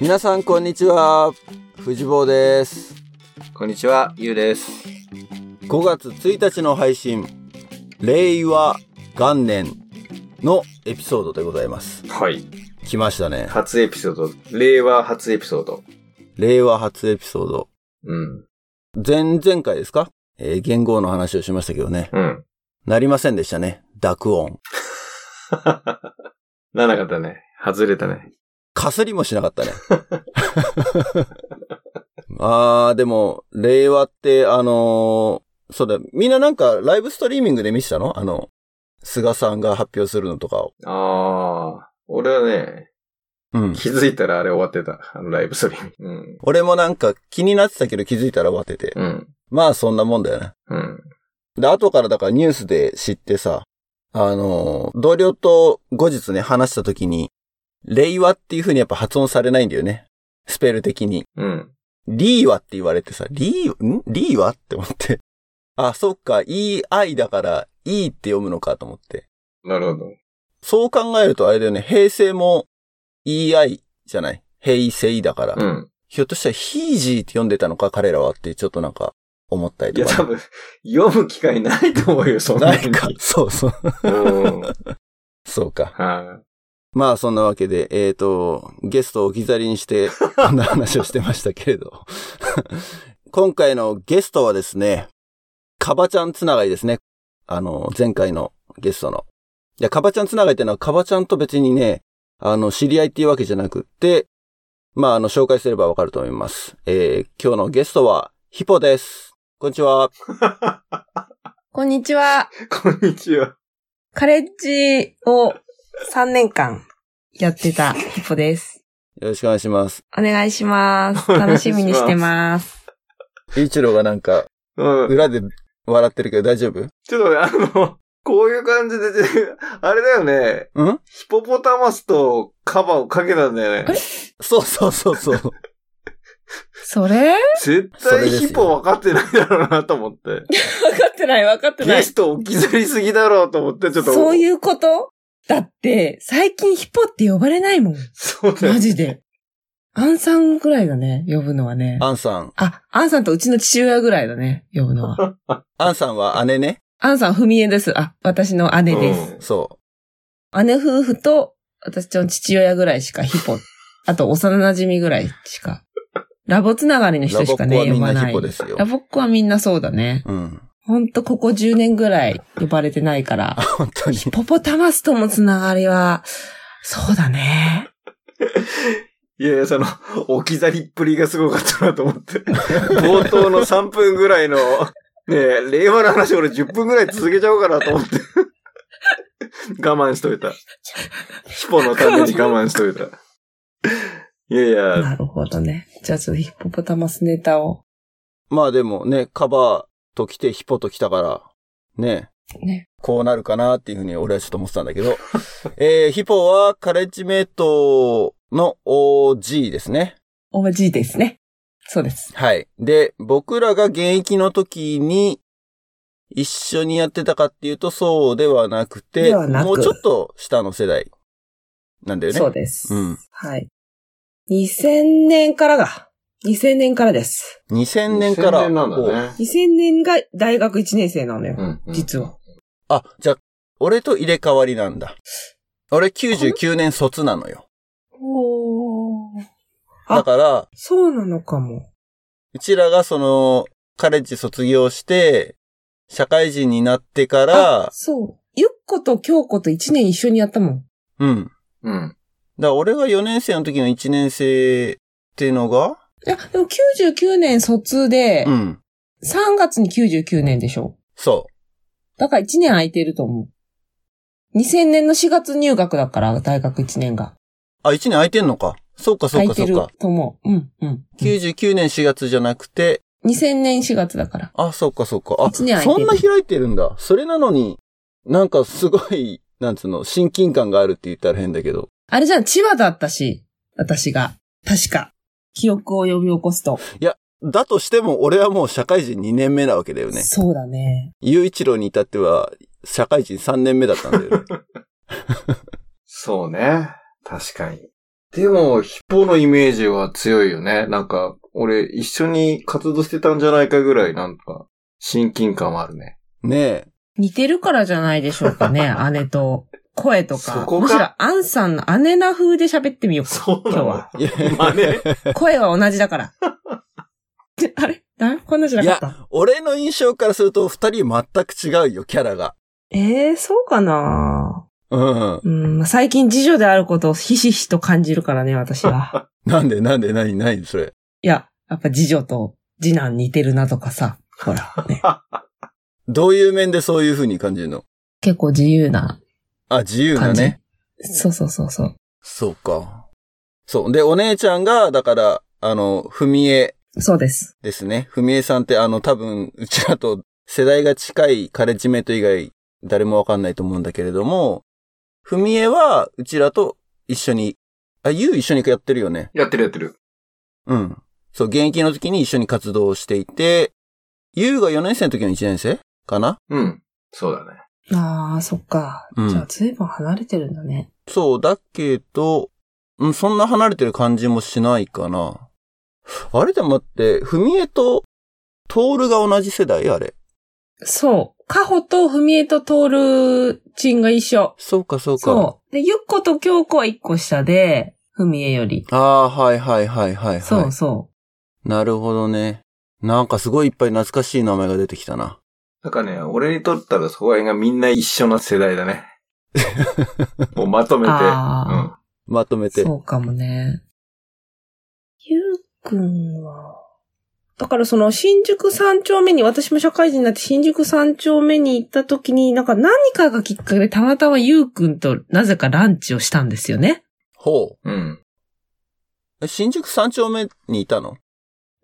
皆さんこんにちは藤坊ですこんにちは、ゆうです。 5月1日の配信令和元年のエピソードでございますはい。来ましたね初エピソード。令和初エピソード。令和初エピソードうん。前々回ですかえー元号の話をしましたけどねうん。なりませんでしたね濁音ならなかったね。外れたね。かすりもしなかったね。 あー、でも、令和って、あのーそうだ、みんななんかライブストリーミングで見てたのあの、菅さんが発表するのとかを。あー。俺はね、うん。気づいたらあれ終わってた。あのライブストリーミング。俺もなんか気になってたけど気づいたら終わってて。うん。うん。まあそんなもんだよね。うん。で、後からだからニュースで知ってさ、あのー同僚と後日ね、話した時に、令和っていう風にやっぱ発音されないんだよね。スペル的に。うん。リーワって言われてさ、リー、んリーワって思って。あ、そっか、EI だから、E って読むのかと思って。なるほど。そう考えるとあれだよね、平成も EI じゃない平成だから。うん。ひょっとしたらヒージーって読んでたのか、彼らはってちょっとなんか思ったりいとや、か多ね、分、読む機会ないと思うよ、そんななに。いか。そうそう。うん。そうか。はまあそんなわけで、えっ、と、ゲストを置き去りに して、こんな話をしてましたけれど。 今回のゲストはですね、カバちゃんつながりですね。あの、前回のゲストの。いや、カバちゃんつながりってのは、カバちゃんと別にね、あの、知り合いっていうわけじゃなくって、まあ、あの、紹介すればわかると思います。えー、今日のゲストは、ヒポです。こんにちは。こんにちは。い。こんにちは。カレッジを3年間やってたヒポです。よろしくお願いします。お願いします。お願いしま楽すしみにしてます。一郎がなんか、うん。裏で笑ってるけど大丈夫ちょっとね、あの、こういう感じで、あれだよね。うんヒポポタマスとカバをかけたんだよね。そうそうそう そう。それ絶それ対ですよヒポ分かってないだろうなと思って。分かってない、分かってなゲい。スト置き去りすぎだろうと思って、ちょっと。そうう。いうことだって、最近ヒポって呼ばれないもん。そうだよマジで。アンさんぐらいだね、呼ぶのはね。アンさん。あ、アンさんとうちの父親ぐらいだね、呼ぶのは。 アンさんは姉ね。アンさん、ふみえです。あ、私の姉です。そ姉夫婦と、私の父親ぐらいしかヒ ポ、あと幼馴染ぐらいしか。ラボつながりのう。人ラボしっ子かはね、み呼んばななヒいポ。ですよラ。ボっ子はみんなそうだね。うん。ほんとここ10年ぐらい呼ばれてな いから。本当に。ポポタマスとのつながりは、そうだね。いやいや、その、置き去りっぷりがすごかったなと思って。冒頭の3分ぐらいの、ねえ、令和の話俺10分ぐらい続けちゃおうかなと思って。我慢しといた。ヒポのために我慢しと いた。いやいや、なるほどね。じゃあちょっとポポタマスネタを。まあでもね、カバーと来てヒポと来たから、ね、ね。こうなるかなっていうふうに俺はちょっと思ってたんだけ ど。えー、ヒポはカレッジメイトの OG ですね。おじいですね。そうです。はい。で、僕らが現役の時に、一緒にやってたかっていうとそうではなくて、ではなくもうちょっと下の世代なんだよね。そうです。うんはい。2000年からが、2000年からです。 2000年から。 2000年なんだね。 2000年が大学1年生なのよ。うんうん実は。あ、じゃあ、俺と入れ替わりなんだ。俺99年卒なのよ。おー。あだから、そうなのかも。うちらがその、カレッジ卒業して、社会人になってから、そう。ゆっこと京子と1年一緒にやったもん。うん。だかうん。ら俺が4年生の時の1年生っていうのが、いや、でも99年卒で、うん。 3月に99年でしょ。そだから1年空いてると思う。2000年の4月入学だから、大学1年が。う。あ、1年空いてんのか。そうか、そう空いか、そてうるか。と思う。うん、うん。 99年4月じゃなくて、 2000年4月だから。あ、そうか、そうか。あ、そ一年空いてんるな開いてるんだ。それなのに、なんかすごい、なんつうの、親近感があるって言ったら変だけど。あれじゃん、千葉だったし、私が。確か。記憶を呼び起こすと。だとしても、俺はもう社会人2年目なわけだよね。そうだね。雄一郎に至っては、社会人3年目だったんだよね。そうね。確かに。でも、ヒポのイメージは強いよね。なんか、俺、一緒に活動してたんじゃないかぐらい、なんか、親近感はあるね。ねえ。似てるからじゃないでしょうか ね、姉と。声とか。そこかむしろ、アンさんの姉な風で喋ってみようか。そうなのいやまね。声は同じだから。 あれだこんなじゃなかった。 俺の印象からすると二人全く違うよ、キャラが。ええー、そうかなうん。うん、最近次女であることをひしひしと感じるからね、私 は。なんで、なんで、なに、なに、それ。いや、やっぱ次女と次男似てるなとかさ。ほら、 ね。どういう面でそういう風に感じるの結構自由なあ、自由な感じ。ね。そうそうそうそう。そうか。そう。で、お姉ちゃんが、だから、あの、ふみえそうです。ですね。ふみえさんって、あの、多分、うちらと世代が近いカレッジメイト以外、誰もわかんないと思うんだけれども、ふみえは、うちらと一緒に、あ、ゆう一緒にやってるよね。やってるやってる。うん。そう、現役の時に一緒に活動をしていて、ゆうが4年生の時の1年生かなうん。そうだね。ああ、そっか。うんじゃあ、ずいぶん離れてるんだね。そう、だけど、うん、そんな離れてる感じもしないかな。あれでも待って、ふみえと、トールが同じ世代あれ。そう。カホとふみえとトールチンが一緒。そうか、そうか。そう。で、ゆっこと京子は一個下で、ふみえより。ああー、はいはいはいはい、はい。そうそなるほどね。なんかすごいいっぱい懐かしい名前が出てきたな。なんかね、俺にとったらそこら辺がみんな一緒な世代だ ね。もうまとめて。うんあ。まとめう。て。そうかもね。ゆうくんは、だからその新宿三丁目に、私も社会人になって新宿三丁目に行った時に、なんか何かがきっかけでたまたまゆうくんとなぜかランチをしたんですよね。ほうん。う。え新宿三丁目にいたの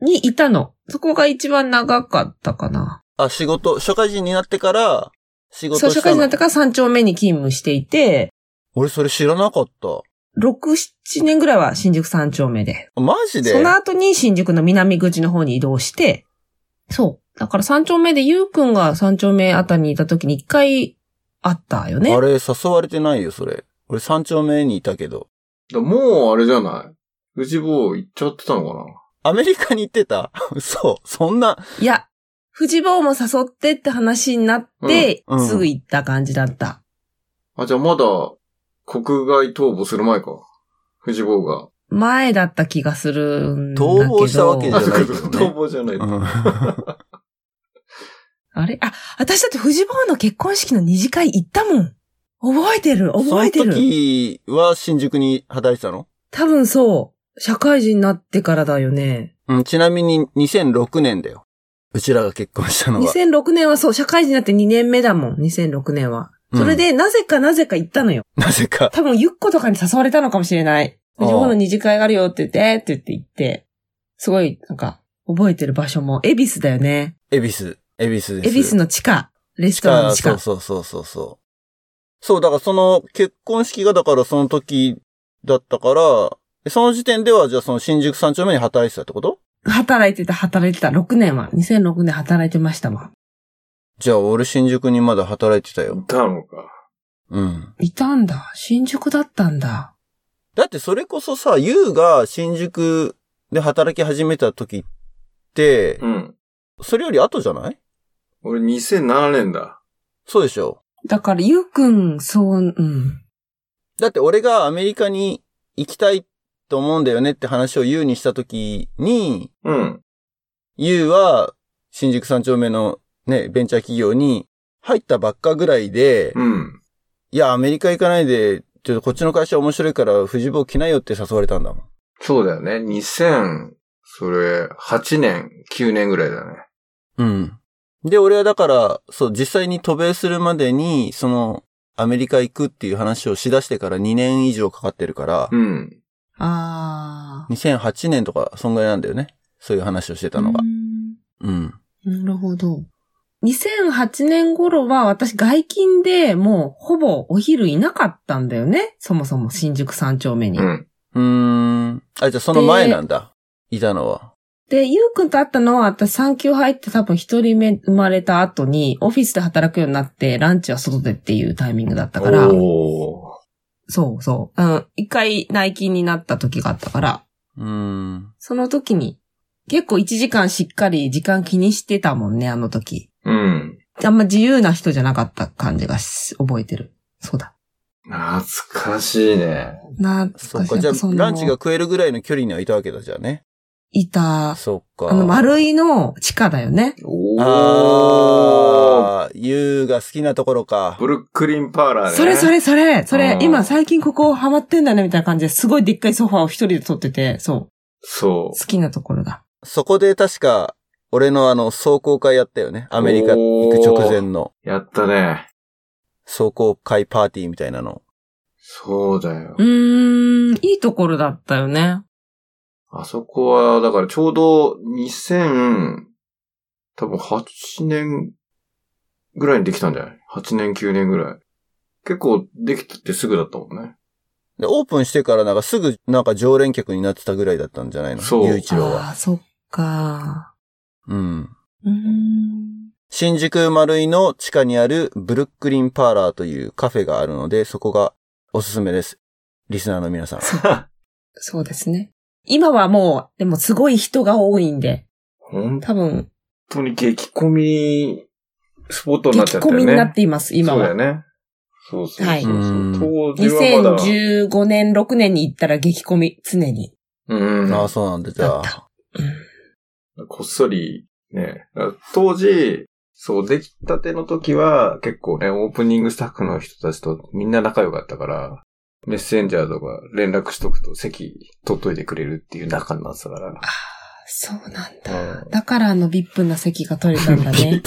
にいたの。そこが一番長かったかな。あ、仕事、社会人になってから、仕事したそう、の社会人になってから三丁目に勤務していて、俺それ知らなかった。 6、7年ぐらいは新宿三丁目で。マジでその後に新宿の南口の方に移動して、そう。だから三丁目で、ゆうくんが三丁目あたりにいた時に一回会ったよね。あれ、誘われてないよ、それ。俺三丁目にいたけど。だもうあれじゃない富士坊行っちゃってたのかなアメリカに行って た嘘。そんな。いや、藤坊も誘ってって話になって、うんうんすぐ行った感じだった。あ、じゃあまだ国外逃亡する前か。富士坊が。前だった気がするんだけど。逃亡したわけじゃあ、ないそうかけどね逃亡じゃない。うん、あれあ、私だって藤坊の結婚式の二次会行ったもん。覚えてる覚えてそのる時は新宿に働いてたの多分そう。社会人になってからだよね。うん、ちなみに2006年だよ。うちらが結婚したのが。 2006年はそう、社会人になって2年目だもん、2006年は。それで、なぜかなぜか行ったのよ。なぜか。多分、ゆっことかに誘われたのかもしれない。ああ藤本の二次会があるよって言って、えーって言って行って、すごい、なんか、覚えてる場所も、恵比寿だよね。恵比寿。恵比寿で恵す。比寿の地下。レストランの地そ下う。そうそうそうそう。そう、だからその結婚式がだからその時だったから、えその時点ではじゃあその新宿三丁目に働いてたってこと働いてた、働いてた。6年は。2006年働いてましたわ。じゃあ俺新宿にまだ働いてたよ。たのか。うん。いたんだ。新宿だったんだ。だってそれこそさ、ゆうが新宿で働き始めた時って、うん。それより後じゃない俺2007年だ。そうでしょだから、ゆうくん、そう、うん。だって俺がアメリカに行きたいと思うんだよねって話をゆうにした時に、うん。ゆうは、新宿三丁目のね、ベンチャー企業に入ったばっかぐらいで、うん。いや、アメリカ行かないで、ちょっとこっちの会社面白いから、藤坊来ないよって誘われたんだもん。そうだよね。2000、それ、8年、9年ぐらいだね。うん。で、俺はだから、そう、実際に渡米するまでに、その、アメリカ行くっていう話をしだしてから2年以上かかってるから、うん。あー。 2008年とか、そんぐらいなんだよね。そういう話をしてたのがう。んうん。なるほど。2008年頃は私外勤でもうほぼお昼いなかったんだよね。そもそも新宿三丁目に。うん。うーん。あ、じゃあその前なんだ。いたのは。で、ゆうくんと会ったのは私産休入って多分一人目生まれた後にオフィスで働くようになってランチは外でっていうタイミングだったから、おーそうそう。うん。一回内勤になった時があったから、うん。その時に、結構1時間しっかり時間気にしてたもんね、あの時。うん。あんま自由な人じゃなかった感じがし覚えてる。そうだ。懐かしいね。な、そっか、じゃあそ、のランチが食えるぐらいの距離にはいたわけだ、じゃあね。いた、そっか。あの、丸いの地下だよね。おー。あー、ユーが好きなところかブ。ルックリンパーラーね。それそ。れそれ、それう、ん今最近ここハマってんだねみたいな感じですごいでっかいソファーを一人で撮ってて、そそうう、好。きなところだ。そこで確か、俺のあの、壮行会やったよね。アメリカ行く直前のやったね。壮行会パーティーみたいなの。そうだよう。ーん、いいところだったよね。あそこは、だからちょうど2000、多分8年ぐらいにできたんじゃない ?8 年、9年ぐらい。結構できてすぐだったも んね。で、オープンしてからなんかすぐなんか常連客になってたぐらいだったんじゃないのそう雄一郎は。ああ、そっか。うん。うーん。新宿丸井の地下にあるブルックリンパーラーというカフェがあるので、そこがおすすめです。リスナーの皆さん。そうですね。今はもう、でもすごい人が多いんで、本多分、当に激込みスポットになっち激ゃった込よね。みになっています、今そうだよは。ね。そうそうそうそう。はい当時はまだ。 2015年、6年に行ったら激込み、常に。うん。ああ、そうなんだ、じゃだっあ。こっそり、ね。当時、そう、できたての時は、結構ね、オープニングスタッフの人たちとみんな仲良かったから、メッセンジャーとか連絡しとくと席取っといてくれるっていう仲になってたから。そうなんだ。うんだからあの VIP な席が取れたんだね。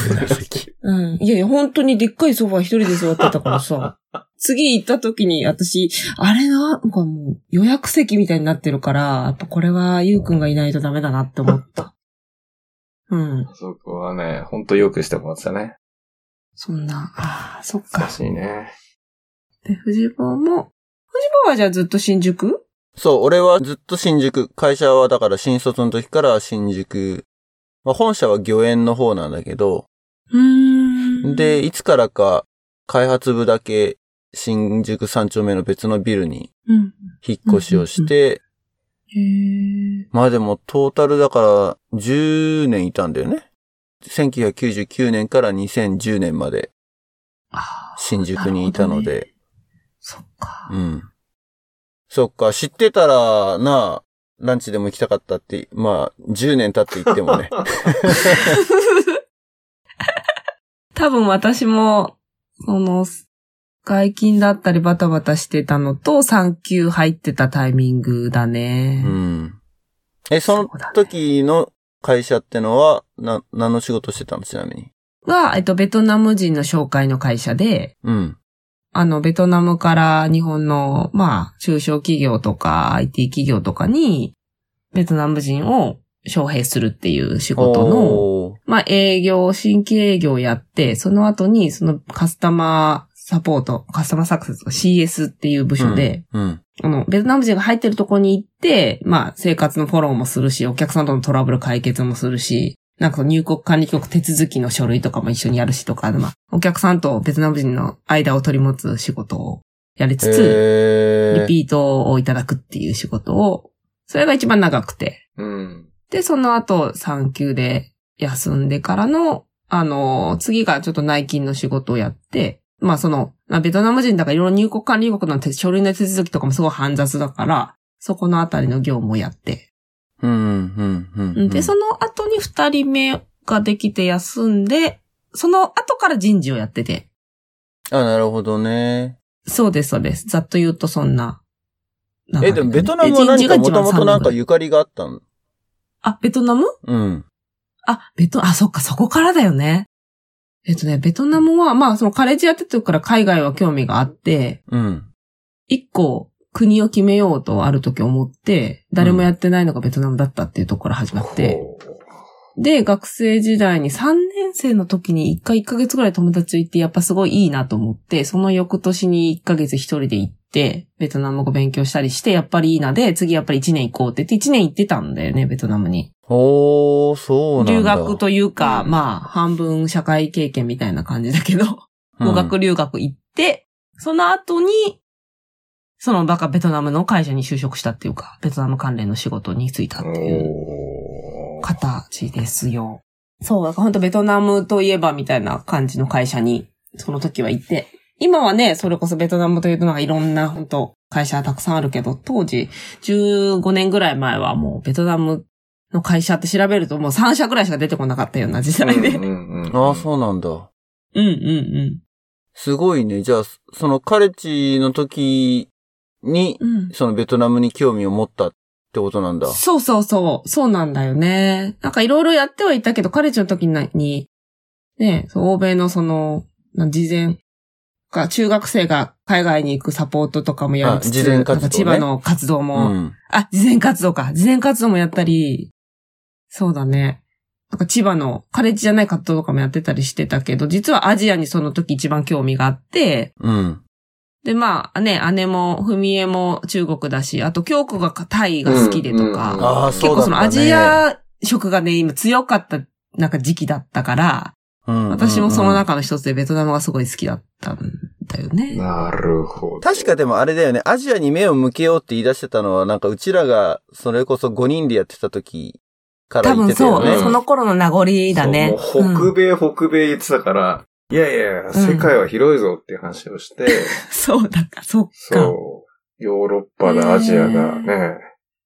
うん。いやいや、本当にでっかいソファー一人で座ってたからさ。次行った時に、私、あれなんかもう予約席みたいになってるから、やっぱこれはゆうくんがいないとダメだなって思った。うん。そこはね、ほんとよくしてもらってたね。そんな、ああ、そっ懐かか。しいね。で、藤棒も、藤棒はじゃあずっと新宿 そう、俺はずっと新宿。会社はだから新卒の時から新宿。まあ、本社は御苑の方なんだけど、うーん。で、、いつからか開発部だけ新宿三丁目の別のビルにうん。引っ越しをして、へえ。まあでもトータルだから10年いたんだよね。1999年から2010年までああ、新宿にいたので。そっか。うん。そっか、知ってたら、なあ、ランチでも行きたかったって、まあ、10年経って行ってもね。多分私も、その、外勤だったりバタバタしてたのと、産休入ってたタイミングだねう。ん。え、そのそうだね時の会社ってのは、な、何の仕事してたのちなみに。が、えっと、ベトナム人の紹介の会社で、うん。あの、ベトナムから日本の、まあ、中小企業とか IT 企業とかに、ベトナム人を招聘するっていう仕事の、おーまあ、営業、新規営業やって、その後に、そのカスタマーサポート、カスタマーサクセス、CS っていう部署で、うん。あの、ベトナム人が入ってるとこに行って、まあ、生活のフォローもするし、お客さんとのトラブル解決もするし、なんかその入国管理局手続きの書類とかも一緒にやるしとか、まあ、お客さんとベトナム人の間を取り持つ仕事をやりつつ、へリーピートをいただくっていう仕事を、それが一番長くて、うん。で、その後、産休で休んでからの、あの、次がちょっと内勤の仕事をやって、まあその、まあベトナム人だからいろいろ入国管理国の手書類の手続きとかもすごい煩雑だから、そこのあたりの業務をやって。うん、うん、うん。ううんんで、その後に二人目ができて休んで、その後から人事をやってて。あ、なるほどね。そうです、そうです。ざっと言うとそんな流れえ、だね。でもベトナムは何かもともとなんかう。ゆかりがあったのあ、ベトナムうん。あ、ベト、あ、そっか、そこからだよね。えっとね、ベトナムは、まあ、そのカレッジやってた時から海外は興味があって、うん。一個国を決めようとある時思って、誰もやってないのがベトナムだったっていうところから始まって、ほ で、学生時代に3年生の時に1回1ヶ月ぐらい友達と行って、やっぱすごいいいなと思って、その翌年に1ヶ月一人で行って、ベトナム語勉強したりして、やっぱりいいなで、次やっぱり1年行こうって言って、1年行ってたんだよね、ベトナムに。おー、そうな留んだ。学というか、うんまあ、半分社会経験みたいな感じだけど、うん語学留学行って、その後に、そのバカベトナムの会社に就職したっていうか、ベトナム関連の仕事に就いたっていうおー形ですよ。そう、だから本当ベトナムといえばみたいな感じの会社に、その時は行って、今はね、それこそベトナムというとなんかいろんな本当会社たくさんあるけど、当時15年ぐらい前はもうベトナムの会社って調べるともう3社ぐらいしか出てこなかったような時代で。うんああ、うそうなんだ。うんうんすごいね。じゃあ、そのカレッジの時に、うん。うんそのベトナムに興味を持ったってことなんだ。そうそうそう。そうなんだよね。なんかいろいろやってはいたけど、カレッジの時に、ね、そう欧米のその、な事前、か中学生が海外に行くサポートとかもやりつつ、あ事前活動ねなんか千葉の活動うも、ん。あ、事前活動か。事前活動もやったり、そうだね。なんか千葉のカレッジじゃない活動とかもやってたりしてたけど、実はアジアにその時一番興味があって、うん。で、まあね、姉も、文江も中国だし、あと、京子がタイが好きでとか、うんうんああ、結そう構だったね。そのアジ、ア食がね、今強かった、なんか時期だったから、うん私もその中中の一つでベトナムがすごい好きだったんだよね。なるほど。確かでもあれだよね、アジアに目を向けようって言い出してたのは、なんかうちらが、それこそ5人でやってた時から多言っ分てたよそう、ね。その頃の名残だね。そうもう北米、北米言ってたから、いやいや、世界は広いぞっていう話をして、そうだか、そっか。そう、ヨーロッパだ、アジアだ、ね、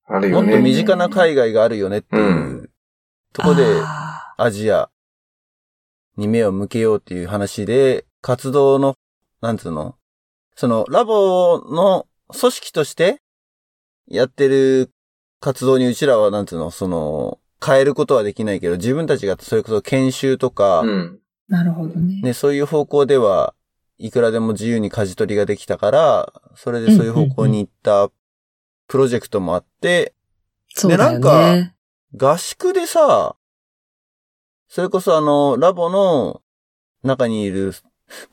あるもよっね。と身近な海外があるよねっていう、うんとこで、あアジアに目を向けようっていう話で、活動の、なんつうのその、ラボの組織としてやってる活動にうちらは、なんつうのその、変えることはできないけど、自分たちがそれこそ研修とか、うん。ーなるほどね。ね、そういう方向では、いくらでも自由に舵取りができたから、それでそういう方向に行ったプロジェクトもあって、そうだでよなんね。合宿でさ、それこそあの、ラボの中にいる、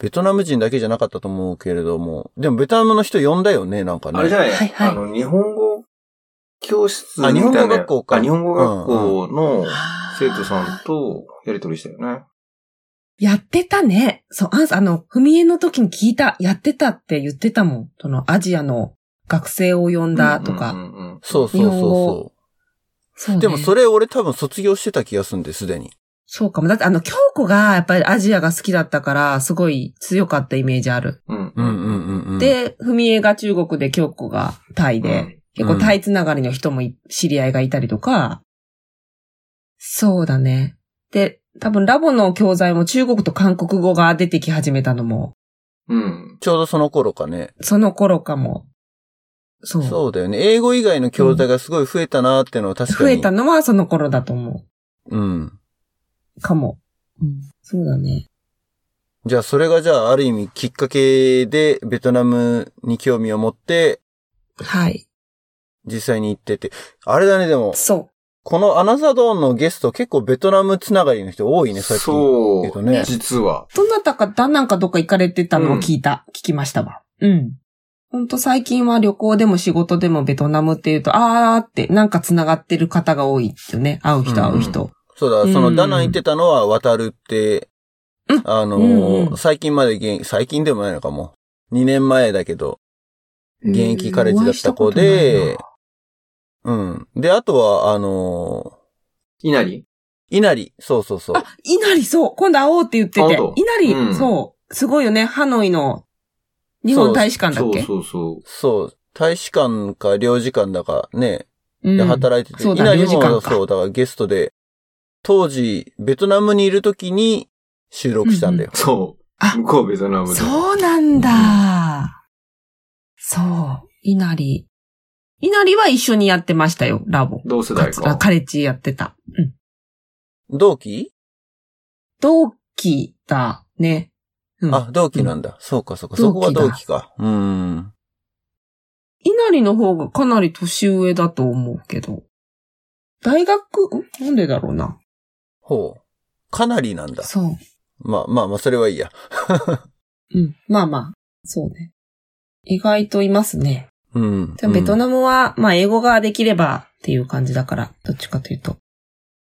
ベトナム人だけじゃなかったと思うけれども、でもベトナムの人呼んだよね、なんかね。あれじゃない、はいはいあの、日本語教室みあたいな日本語学校かあ日本語学校のあー生徒さんとやりとりしたよね。やってたね。そう、あんあの、ふみえの時に聞いた、やってたって言ってたもん。その、アジアの学生を呼んだとか。うんうんうんそうそうそう日本そ語そうう。ねでもそれ俺多分卒業してた気がするんで、すでに。そうかも。だってあの、京子がやっぱりアジアが好きだったから、すごい強かったイメージある。うんうんうんうんうん。、で、ふみえが中国で、京子がタイで、結構タイつながりの人もい知り合いがいたりとか、そうだね。で、多分ラボの教材も中国と韓国語が出てき始めたのも、うん。ちょうどその頃かね。その頃かも。そう。そうだよね。英語以外の教材がすごい増えたなーってのは確か増に。えたのはその頃だと思うん。う。かも。そうだね。じゃあ、それがじゃあ、ある意味きっかけで、ベトナムに興味を持って、はい。実際に行ってて。あれだね、でも、そこのアナザードーンのゲスト、結構ベトナムつながりの人多いね、さっき。う。そえっとう、ね実は。う。どなたか、だなんかどっか行かれてたのを聞いた。聞きましたわ。うん。ほんと最近は旅行でも仕事でもベトナムっていうと、あーって、なんか繋がってる方が多いよね。会う人うんうん会う人。そうだ、うんその、ダナン行ってたのは、渡るって、うんあのーうんうん最近まで現、最近でもないのかも。2年前だけど、現役カレッジだった子で、うん。で、あとは、あのいなりー、稲荷、そうそうそう。あ、いなりそう。今度会おうって言ってあて本当。いなり、うんそう。すごいよね。ハノイの日本大使館だっそうけそうそそう。大使館か領事館だかね、うんで働いてて、そうだ稲荷領事館もかそう、だからゲストで、当時、ベトナムにいる時に収録したんだよ。う。そう。あ向こうベトナムで。そうなんだ。そう。いなり。いなりは一緒にやってましたよ、ラボ。同世代か。カレッジやってた。うん。同期、同期だね。うん。あ、同期なんだ。そうか、そうか。同期だそこは同期か。うーん。いなりの方がかなり年上だと思うけど。大学、んなんでだろうな。ほう。かなりなんだ。そまあまあまあ、それはいいや。う。うん。まあまあ。そうね。意外といますね。うん。でもベトム、ナムは、まあ英語ができればっていう感じだから、どっちかというと。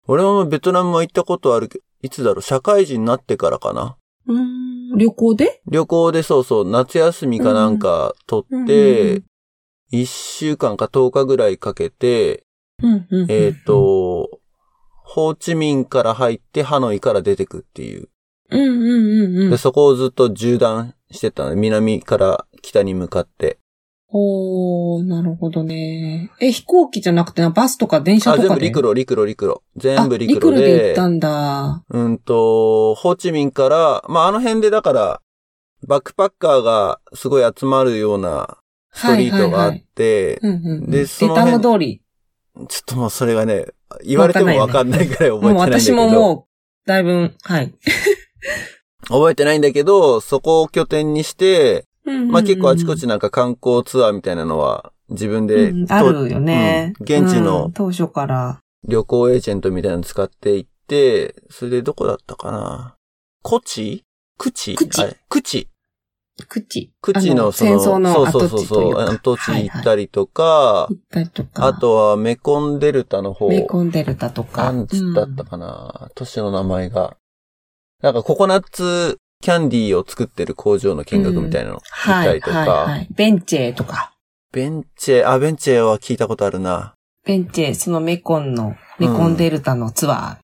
俺もベトナムは行ったことあるけど、いつだろう、社会人になってからかな。うん。旅行で旅行でそうそう、夏休みかなんか取って、うんうんうん1週間か10日ぐらいかけて、うんうんうん。えっ、と、ホーチミンから入ってハノイから出てくっていう。うんうんうんうで、ん。そこをずっと縦断してたので、南から北に向かって。おー、なるほどね。え、飛行機じゃなくてな、バスとか電車あ、と全か部で陸路、陸路、陸路。全部陸あ路陸路で行っで、たんだ。うんと、ホーチミンから、まあ、あの辺でだから、バックパッカーがすごい集まるようなストリートがあって、うんうん。でそのエタ辺ム通り。ちょっともうそれがね、言われてもわかんないぐらい覚えてもなういんだけど。私ももう、だいぶ、はい。覚えてないんだけど、そこを拠点にして、ままあ結構あちこちなんか観光ツアーみたいなのは自分で、うんとあるよね。うん現地うんの当初から。旅行エージェントみたいなの使って行って、それでどこだったかなコチクチコチあれクチ。口。クチのそあの、戦争のそう跡そう地そというそうう、か。あの土地行ったり。りとか行、ったりとか。あ、とはメコンデルタの方。メコンデルタとか。なんつったったかな、都市の名前が。なんかココナッツキャンディーを作ってる工場の見学みたいなの。行っはたい、りとかはい、はい。ベンチェとか。ベンチェ、あ、ベンチェは聞いたことあるな。ベンチェ、そのメコンの、メコンデルタのツア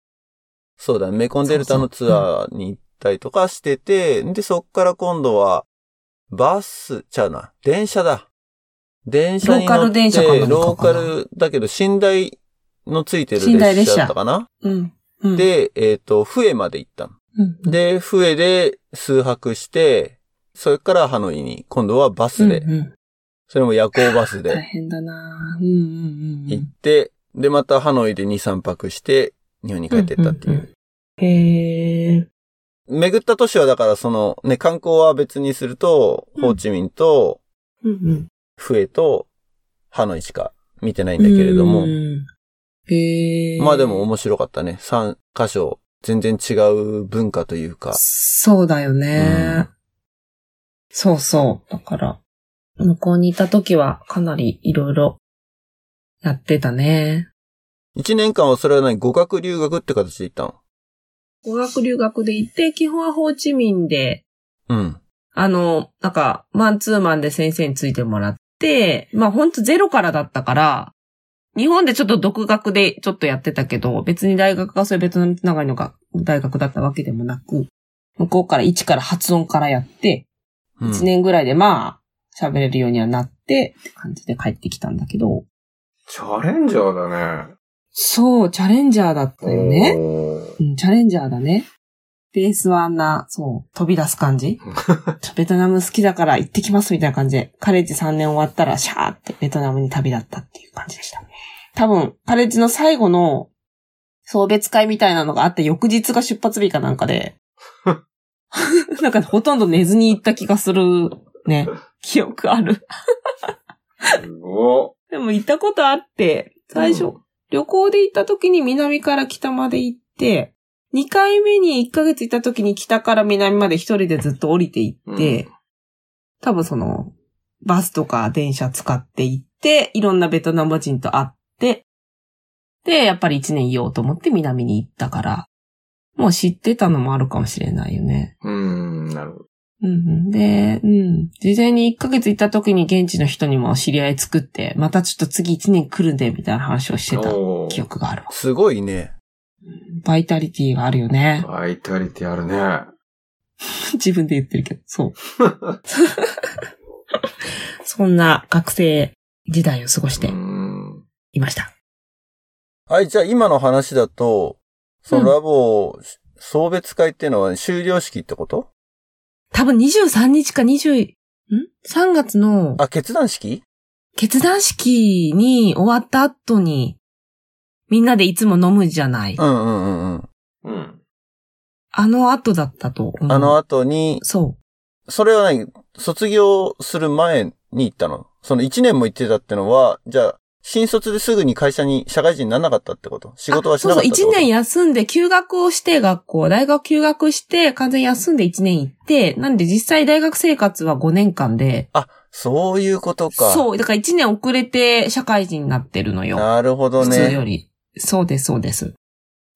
そうだね、メコンデルタのツアーに行ったりとかしてて、で、そっから今度は、バス、ちゃうな、電車だ。電車に乗って、ローカル電車かなんかかなローカル、だけど、寝台のついてる寝台列列車車だったかなー。うん。うん、で、えっ、と、笛まで行ったの。うん、で、笛で数泊して、それからハノイに、今度はバスで、うんうんそれも夜行バス大で変だなうんうんうんう行っん。て、で、またハノイで2、3泊して、日本に帰ってったっていう。んんうん。へー。巡った都市はだからその、ね、観光は別にすると、うんホーチミンと、うんうん。フエと、ハノイしか見てないんだけれどもう、ん。へー。まあでも面白かったね。3箇所、全然違う文化というか。そうだよね。うんそうそう。だから、向こうにいた時はかなりいろいろやってたね。 1年間はそれは何語学留学って形で行ったの語学留学で行って、基本はホーチミンで、うん。あの、なんか、マンツーマンで先生についてもらって、まあほんとゼロからだったから、日本でちょっと独学でちょっとやってたけど、別に大学がそれベトナムつながりのが大学だったわけでもなく、向こうから1から発音からやって、うん一年ぐらいでまあ、喋れるようにはなって、って感じで帰ってきたんだけど。チャレンジャーだね。そう、チャレンジャーだったよね。おーうん、チャレンジャーだね。ベースはあんな、そう、飛び出す感じ。ちょベトナム好きだから行ってきますみたいな感じで、カレッジ3年終わったら、シャーってベトナムに旅立ったっていう感じでした。多分、カレッジの最後の送別会みたいなのがあって、翌日が出発日かなんかで、なんかほとんど寝ずに行った気がするね。記憶ある。すごでも行ったことあって、最初、うん旅行で行った時に南から北まで行って、2回目に1ヶ月行った時に北から南まで一人でずっと降りて行って、うん多分その、バスとか電車使って行って、いろんなベトナム人と会って、で、やっぱり1年いようと思って南に行ったから、もう知ってたのもあるかもしれないよね。うん、なるほど。うんうん、で、うん。事前に1ヶ月行った時に現地の人にも知り合い作って、またちょっと次1年来るんで、みたいな話をしてたおー記憶があるわ。すごいね。バイタリティがあるよね。バイタリティあるね。自分で言ってるけど、そう。 そんな学生時代を過ごしてうん。いました。はい、じゃあ今の話だと、そのラボ、送別会っていうのは終了式ってこと多分23日か20、ん ?3 月のあ、決断式決断式に終わった後に、みんなでいつも飲むじゃない。うんうんうんうん。うん。あの後だったと思う。あの後に、そう。それは何卒業する前に行ったのその1年も行ってたってのは、じゃあ、新卒ですぐに会社に、社会人にならなかったってこと仕事はしなかったってあこそうとそう、一年休んで、休学をして、学校、大学休学して、完全に休んで一年行って、なんで実際大学生活は5年間で、そういうことか。そう、だから一年遅れて社会人になってるのよ。なるほど普通よね。り。そうです、そうです。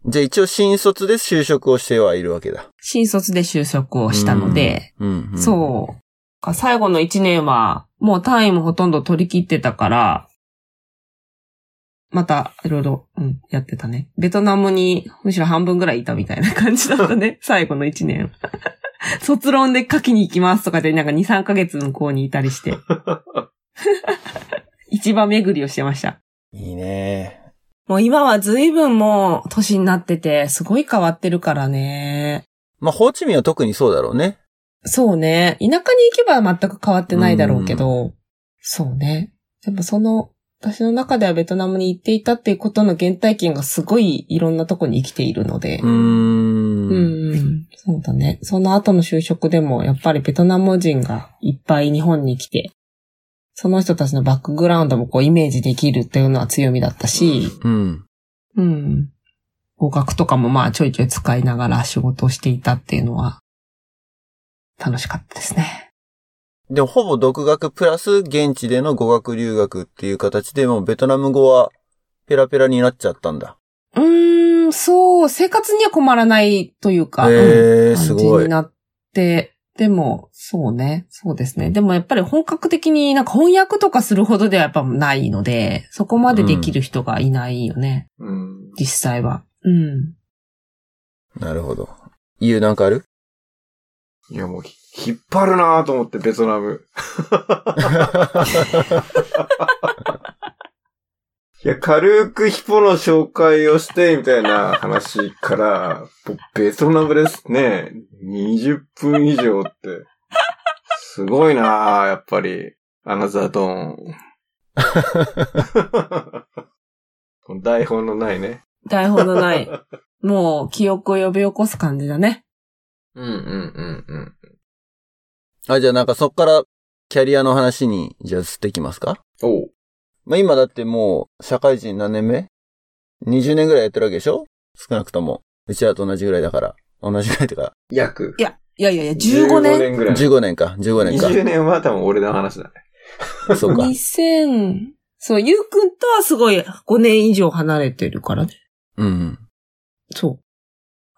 じゃあ一応新卒で就職をしてはいるわけだ。新卒で就職をしたので、うん、うん。そう。最後の一年は、もう単位もほとんど取り切ってたから、また、いろいろ、うん、やってたね。ベトナムに、むしろ半分ぐらいいたみたいな感じだっ たね。最後の1年。 卒論で書きに行きますとかで、なんか2、3ヶ月向こうにいた りして。一番巡りをしてました。いいね。もう今は随分もう、年になってて、すごい変わってるからね。まあ、ホーチミンは特にそうだろうね。そうね。田舎に行けば全く変わってないだろうけど、そうね。でもその、私の中ではベトナムに行っていたっていうことの原体験がすごいいろんなとこに生きているのでうー。ん。うんうん。そうだね。その後の就職でも、やっぱりベトナム人がいっぱい日本に来て、その人たちのバックグラウンドもこうイメージできるっていうのは強みだったし、うん。うん。合格とかもまあちょいちょい使いながら仕事をしていたっていうのは、楽しかったですね。でも、ほぼ独学プラス現地での語学留学っていう形で、もうベトナム語はペラペラになっちゃったんだ。うーん、そう、生活には困らないというか、へうえ、んす感じごにい。なって、でも、そうね、そうですね。でもやっぱり本格的になんか翻訳とかするほどではやっぱないので、そこまでできる人がいないよね、うん。実際は。うん。なるほど。言うなんかあるいやもうひ、引っ張るなぁと思って、ベトナ ム。いや、軽くヒポの紹介をして、みたいな話から、もうベトナムですね。20分以上って。すごいなぁ、やっぱり。アナザード ーン。台本のないね。台本のない。もう、記憶を呼び起こす感じだね。うんうんうんうん。あ、じゃあなんかそっからキャリアの話に、じゃあ移っていきますかおう。まあ、今だってもう、社会人何年目 ?20 年ぐらいやってるわけでしょ少なくとも。うちらと同じぐらいだから。同じぐらいとか。約。いや、いやいやいや、15年。ぐらい。 15年か、15年か。 20年は多分俺の話だね。そうか。 2000、そう、ゆうくんとはすごい5年以上離れてるからね。うん。そう。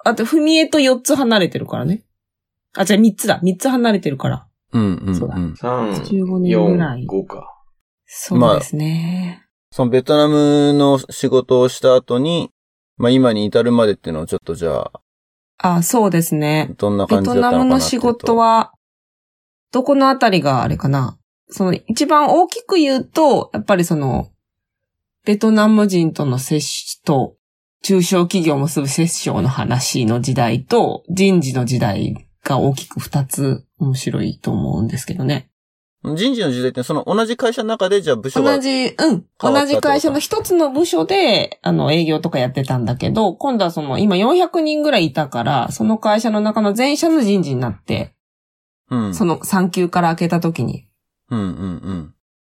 あと、ふみえと4つ離れてるからね。あ、じゃあ3つだ。3つ離れてるから。うん、うん、そううだん。 3、 15年ぐら4、い5か。そうですね。そのベトナムの仕事をした後に、まあ今に至るまでっていうのをちょっとじゃあ、あ、そうですね。どんなベ感じだトったのかナなムっていうとの仕事、は、どこのあたりがあれかな。その、一番大きく言うと、やっぱりその、ベトナム人との接種と、中小企業を結ぶ接触の話の時代と、人事の時代が大きく2つ面白いと思うんですけどね。人事の時代ってその同じ会社の中でじゃあ部署が同、じ、うん。変わった同ってこじと会社の一つの部署で、あの、営業とかやってたんだけど、今度はその、今400人ぐらいいたから、その会社の中の全社の人事になって、うん。その産休から明けた時に。うん、うん、うん。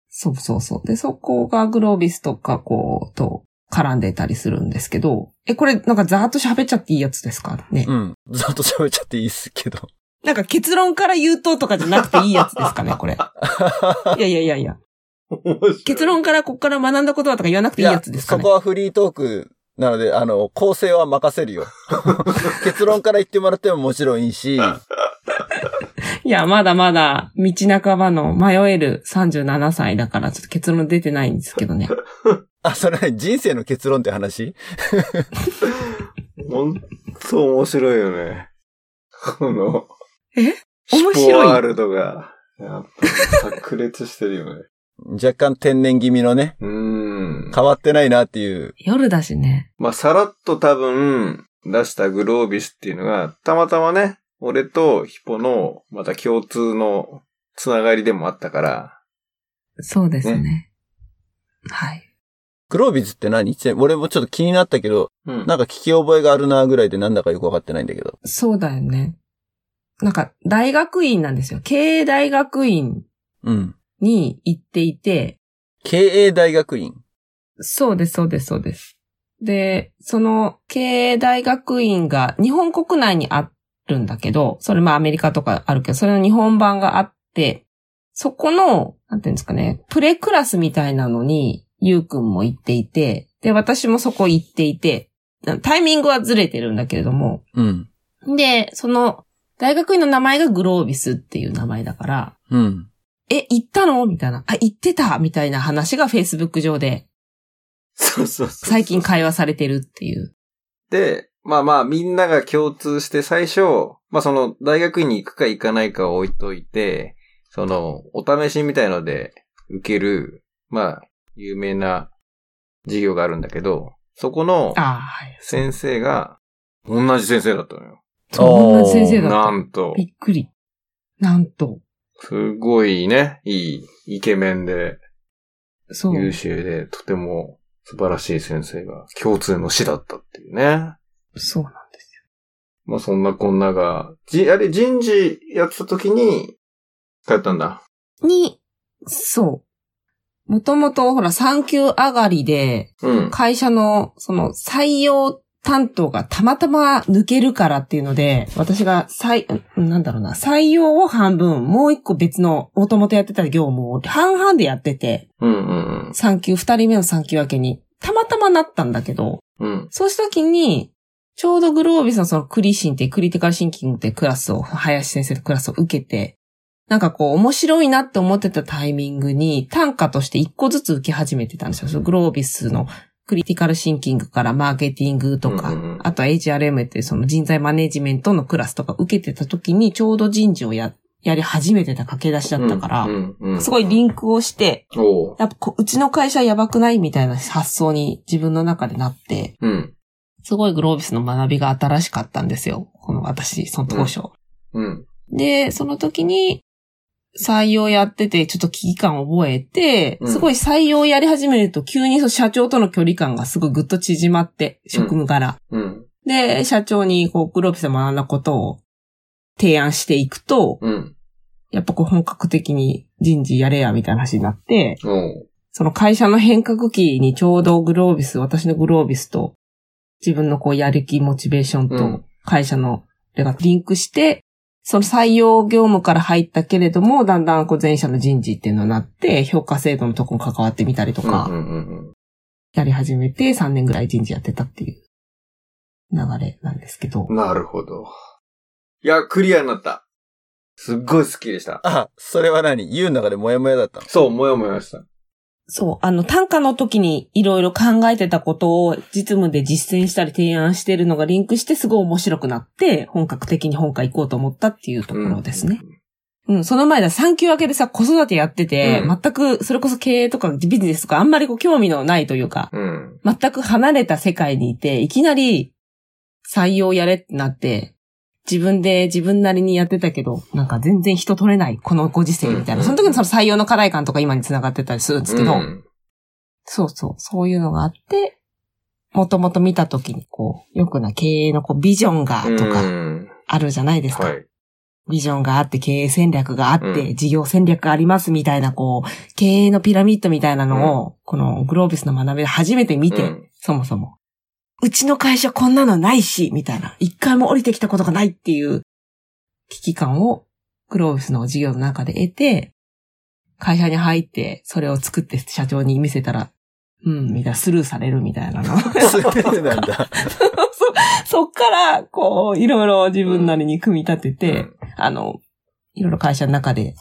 そうそうそう。で、そこがグロービスとか、こう、と絡んでたりするんですけど、え、これなんかざーっと喋っちゃっていいやつですかね。うん。ずっと喋っちゃっていいっすけど。なんか結論から言うととかじゃなくていいやつですかね、 これ。いやいやいやいや。結論からこっから学んだことはとか言わなくていいやつですかいやねそこ。はフリートークなので、あの、構成は任せる よ。結論から言ってもらってももちろんいいし、いや、まだまだ、道半ばの迷える37歳だから、ちょっと結論出てないんですけどね。あ、それ何人生の結論って話ほんと面白いよね。この、えヒ面白いポワールドが、やっぱり炸裂してるよね。若干天然気味のね、うーん。変わってないなっていう。夜だしね。まあ、さらっと多分、出したグロービスっていうのが、たまたまね、俺とヒポの、また共通のつながりでもあったから、そうですね。はい。グロービズって何ちなみに俺もちょっと気になったけど、うんなんか聞き覚えがあるなぐらいでなんだかよくわかってないんだけど。そうだよね。なんか、大学院なんですよ。経営大学院うん。に行っていて、経営大学院。そうです、そうです、そうです。で、その、経営大学院が日本国内にあるんだけど、それまあアメリカとかあるけど、それの日本版があって、そこの、なんていうんですかね、プレクラスみたいなのに、ゆうくんも行っていて、で、私もそこ行っていて、タイミングはずれてるんだけれども、うん。で、その、大学院の名前がグロービスっていう名前だから、うん。え、行ったのみたいな。あ、行ってたみたいな話が Facebook 上でそうそうそう。最近会話されてるっていう。で、まあまあ、みんなが共通して最初、まあその、大学院に行くか行かないかを置いといて、その、お試しみたいので受ける、まあ、有名な授業があるんだけど、そこのああ、はい。先生が、同じ先生だったのよ。そんな先生だったな。んと、びっくり。なんと。すごいね、いい、イケメンで、そう。優秀で、とても素晴らしい先生が共通の師だったっていうね。そうなんですまあそんなこんなが、じ、あれ人事やってた時に、帰ったんだ。よ。に、そう。もともと、ほら、産休上がりで、うん。会社の、その、採用担当がたまたま抜けるからっていうので、私が、採、うんなんだろうな、採用を半分、もう一個別の、もともとやってた業務を半々でやってて、うんうん産休、二人目の産休明けに、たまたまなったんだけど、うん。うん。そうした時に、ちょうどグロービスのそのクリシンっていうクリティカルシンキングってクラスを、林先生のクラスを受けて、なんかこう面白いなって思ってたタイミングに単価として一個ずつ受け始めてたんですよ。そのグロービスのクリティカルシンキングからマーケティングとか、うんうんうんあとは HRM っていうその人材マネジメントのクラスとか受けてた時にちょうど人事をや、やり始めてた駆け出しだったから、うんうんうん、すごいリンクをして、おう。やっぱこううちの会社やばくないみたいな発想に自分の中でなって、うん。すごいグロービスの学びが新しかったんですよ。この私、その当初。うん。で、その時に、採用やってて、ちょっと危機感を覚えて、うんすごい採用やり始めると、急にその社長との距離感がすごいぐっと縮まって、職務柄。うん。で、社長に、こう、グロービスで学んだことを提案していくと、うん。やっぱこう、本格的に人事やれや、みたいな話になって、おう。その会社の変革期にちょうどグロービス、私のグロービスと、自分のこうやる気、モチベーションうとん、会社の、あれがリンクして、その採用業務から入ったけれども、だんだんこう前者の人事っていうのになって、評価制度のとこに関わってみたりとうんうか、んうんやり始めて3年ぐらい人事やってたっていう流れなんですけどうん。。なるほど。いや、クリアになった。すっごいスッキリした。あ、それは何ユウの中でモヤモヤだったのそう、もやもやした。そう、あの、単価の時にいろいろ考えてたことを実務で実践したり提案してるのがリンクしてすごい面白くなって、本格的に本科行こうと思ったっていうところですね。うん、その前だ、産休明けでさ、子育てやってて、うん全く、それこそ経営とかビジネスとかあんまりこう興味のないというか、うん。全く離れた世界にいて、いきなり採用やれってなって、自分で自分なりにやってたけど、なんか全然人取れない、このご時世みたいな。うんその時のその採用の課題感とか今に繋がってたりするんですけど、うん。そうそう、そういうのがあって、もともと見たときに、こう、良くな経営のこうビジョンが、とうか、んあるじゃないですか。はい。ビジョンがあって、経営戦略があって、うん事業戦略がありますみたいな、こう、経営のピラミッドみたいなのを、このグロービスの学びで初めて見て、うんそもそも。うちの会社こんなのないし、みたいな。一回も降りてきたことがないっていう危機感をグロービスの事業の中で得て、会社に入って、それを作って社長に見せたら、うん、みたいな、スルーされるみたいなの。す げえなんだ。そっから、こう、いろいろ自分なりに組み立てて、あの、いろいろ会社の中で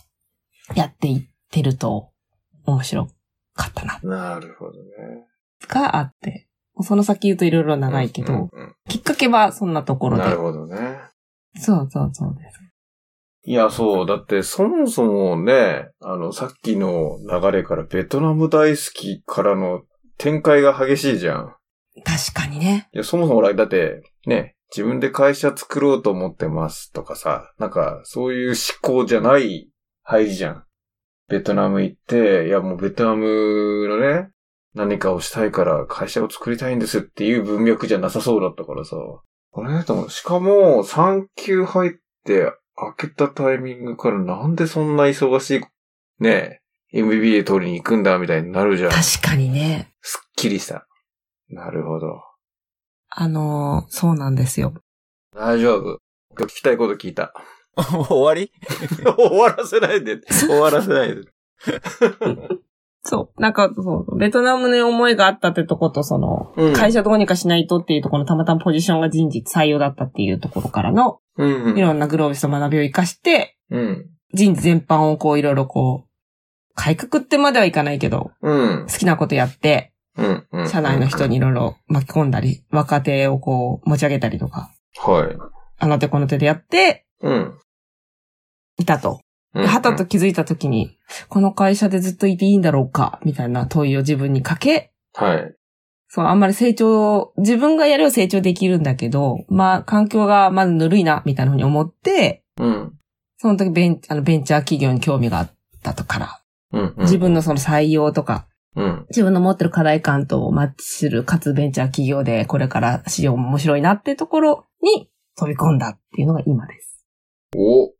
やっていってると面白かったな、うんなるほどね。があって。その先言うといろいろ長いけど、うんうんきっかけはそんなとこうんろなるで。ほどね。そうそうそうです。いや、そう。だって、そもそもね、あの、さっきの流れからベトナム大好きからの展開が激しいじゃん。確かにね。いや、そもそもほら、だって、ね、自分で会社作ろうと思ってますとかさ、なんか、そういう思考じゃない入りじゃん。ベトナム行って、いや、もうベトナムのね、何かをしたいから会社を作りたいんですっていう文脈じゃなさそうだったからさ。あれと思うしかも、産休入って開けたタイミングからなんでそんな忙しい、ね、MBA 取りに行くんだみたいになるじゃん。確かにね。すっきりした。なるほど。あのーそうなんですよ。大丈夫。聞きたいこと聞いた。もう終わり 終わらせないで。終わらせないで。そう。なんか、そう、ベトナムの思いがあったってとこと、その、うん会社どうにかしないとっていうところのたまたまポジションが人事採用だったっていうところからの、うんいろんなグロービスの学びを活かして、うん。人事全般をこういろいろこ改革ってまではいかないけど、うん好。きなことやって、うん。うん社内の人。にいろいろ巻き込んだり、若手をこう持ち上げたりとか、はい。あの手この手でやってうん。いたと。うでんはたと。気づいたときに、この会社でずっといていいんだろうか、みたいな問いを自分にかけ、はい。そう、あんまり成長、自分がやれば成長できるんだけど、まあ、環境がまずぬるいな、みたいなふうに思って、うん。その時ベンあのベンチャー企業に興味があったとから、うん。自分のその採用とか、うん。自分の持ってる課題感とマッチする、かつベンチャー企業でこれから市場も面白いなってところに飛び込んだっていうのが今です。お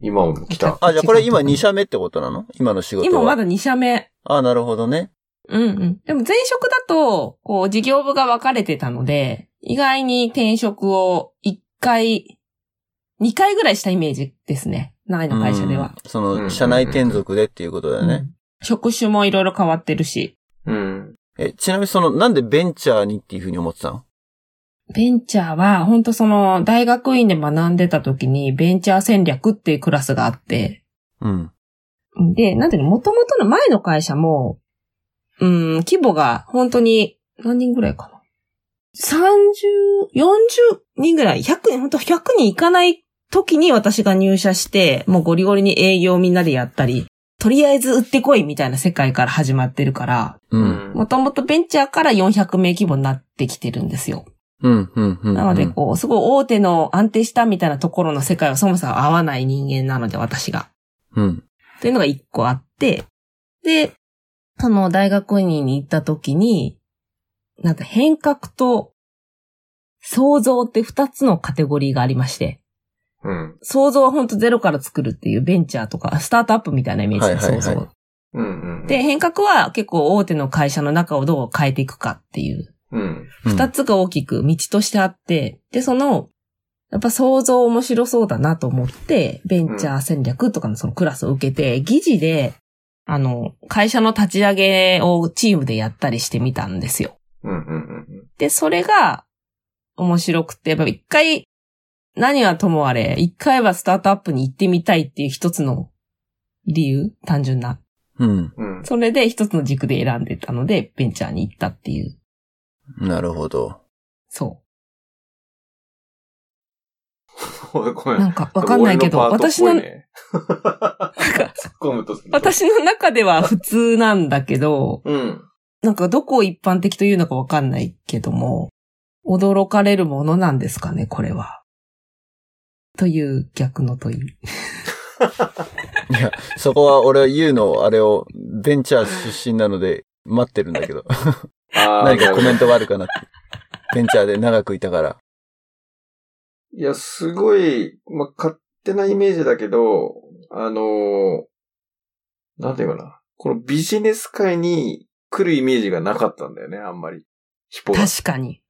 今も来た。あ、じゃあこれ今2社目ってことなの今の仕事は。今まだ2社目。あ、なるほどね。うんうん。でも前職だと、こう事業部が分かれてたので、意外に転職を1回、2回ぐらいしたイメージですね。前の会社では。うん。その、社内転属でっていうことだよね。うん職種もいろいろ変わってるし、うん。え、ちなみにその、なんでベンチャーにっていうふうに思ってたのベンチャーは、本当その、大学院で学んでた時に、ベンチャー戦略っていうクラスがあって、うん。で、なんていうの、もともとの前の会社も、うん、規模が本当に何人ぐらいかな。30、40人ぐらい、100人、本当100人いかない時に私が入社して、もうゴリゴリに営業みんなでやったり、とりあえず売ってこいみたいな世界から始まってるから、う。うんもともとベンチャーから400名規模になってきてるんですよ。うん。うん。うん。なので、こう、すごい大手の安定したみたいなところの世界はそもそも合わない人間なので、私が。うん。というのが一個あって、で、その大学院に行った時に、なんか変革と創造って二つのカテゴリーがありまして、うん。創造は本当ゼロから作るっていうベンチャーとか、スタートアップみたいなイメージはいではいはい創造。うん。うんで、、変革は結構大手の会社の中をどう変えていくかっていう、うん。二つが大きく道としてあって、で、その、やっぱ創造面白そうだなと思って、ベンチャー戦略とかのそのクラスを受けて、議事で、あの、会社の立ち上げをチームでやったりしてみたんですよ。うん。うん。で、それが面白くて、やっぱ一回、何はともあれ、一回はスタートアップに行ってみたいっていう一つの理由、単純な。うん。うん。それで一つの軸で選んでたので、ベンチャーに行ったっていう、なるほど。そう。ごめん、ごめん。なんかわかんないけど、私の、なん突っか、込むと。 私の中では普通なんだけど、うん。なんかどこを一般的というのかわかんないけども、驚かれるものなんですかね、これは。という逆の問い。いや、そこは俺は言うの、あれを、ベンチャー出身なので、待ってるんだけど。あ何かコメント。トがあるかなって。ベンチャーで長くいたから。いや、すごい、まあ、勝手なイメージだけど、あのーなんていうかな。このビジネス界に来るイメージがなかったんだよね、あんまり。ヒポが。確かに。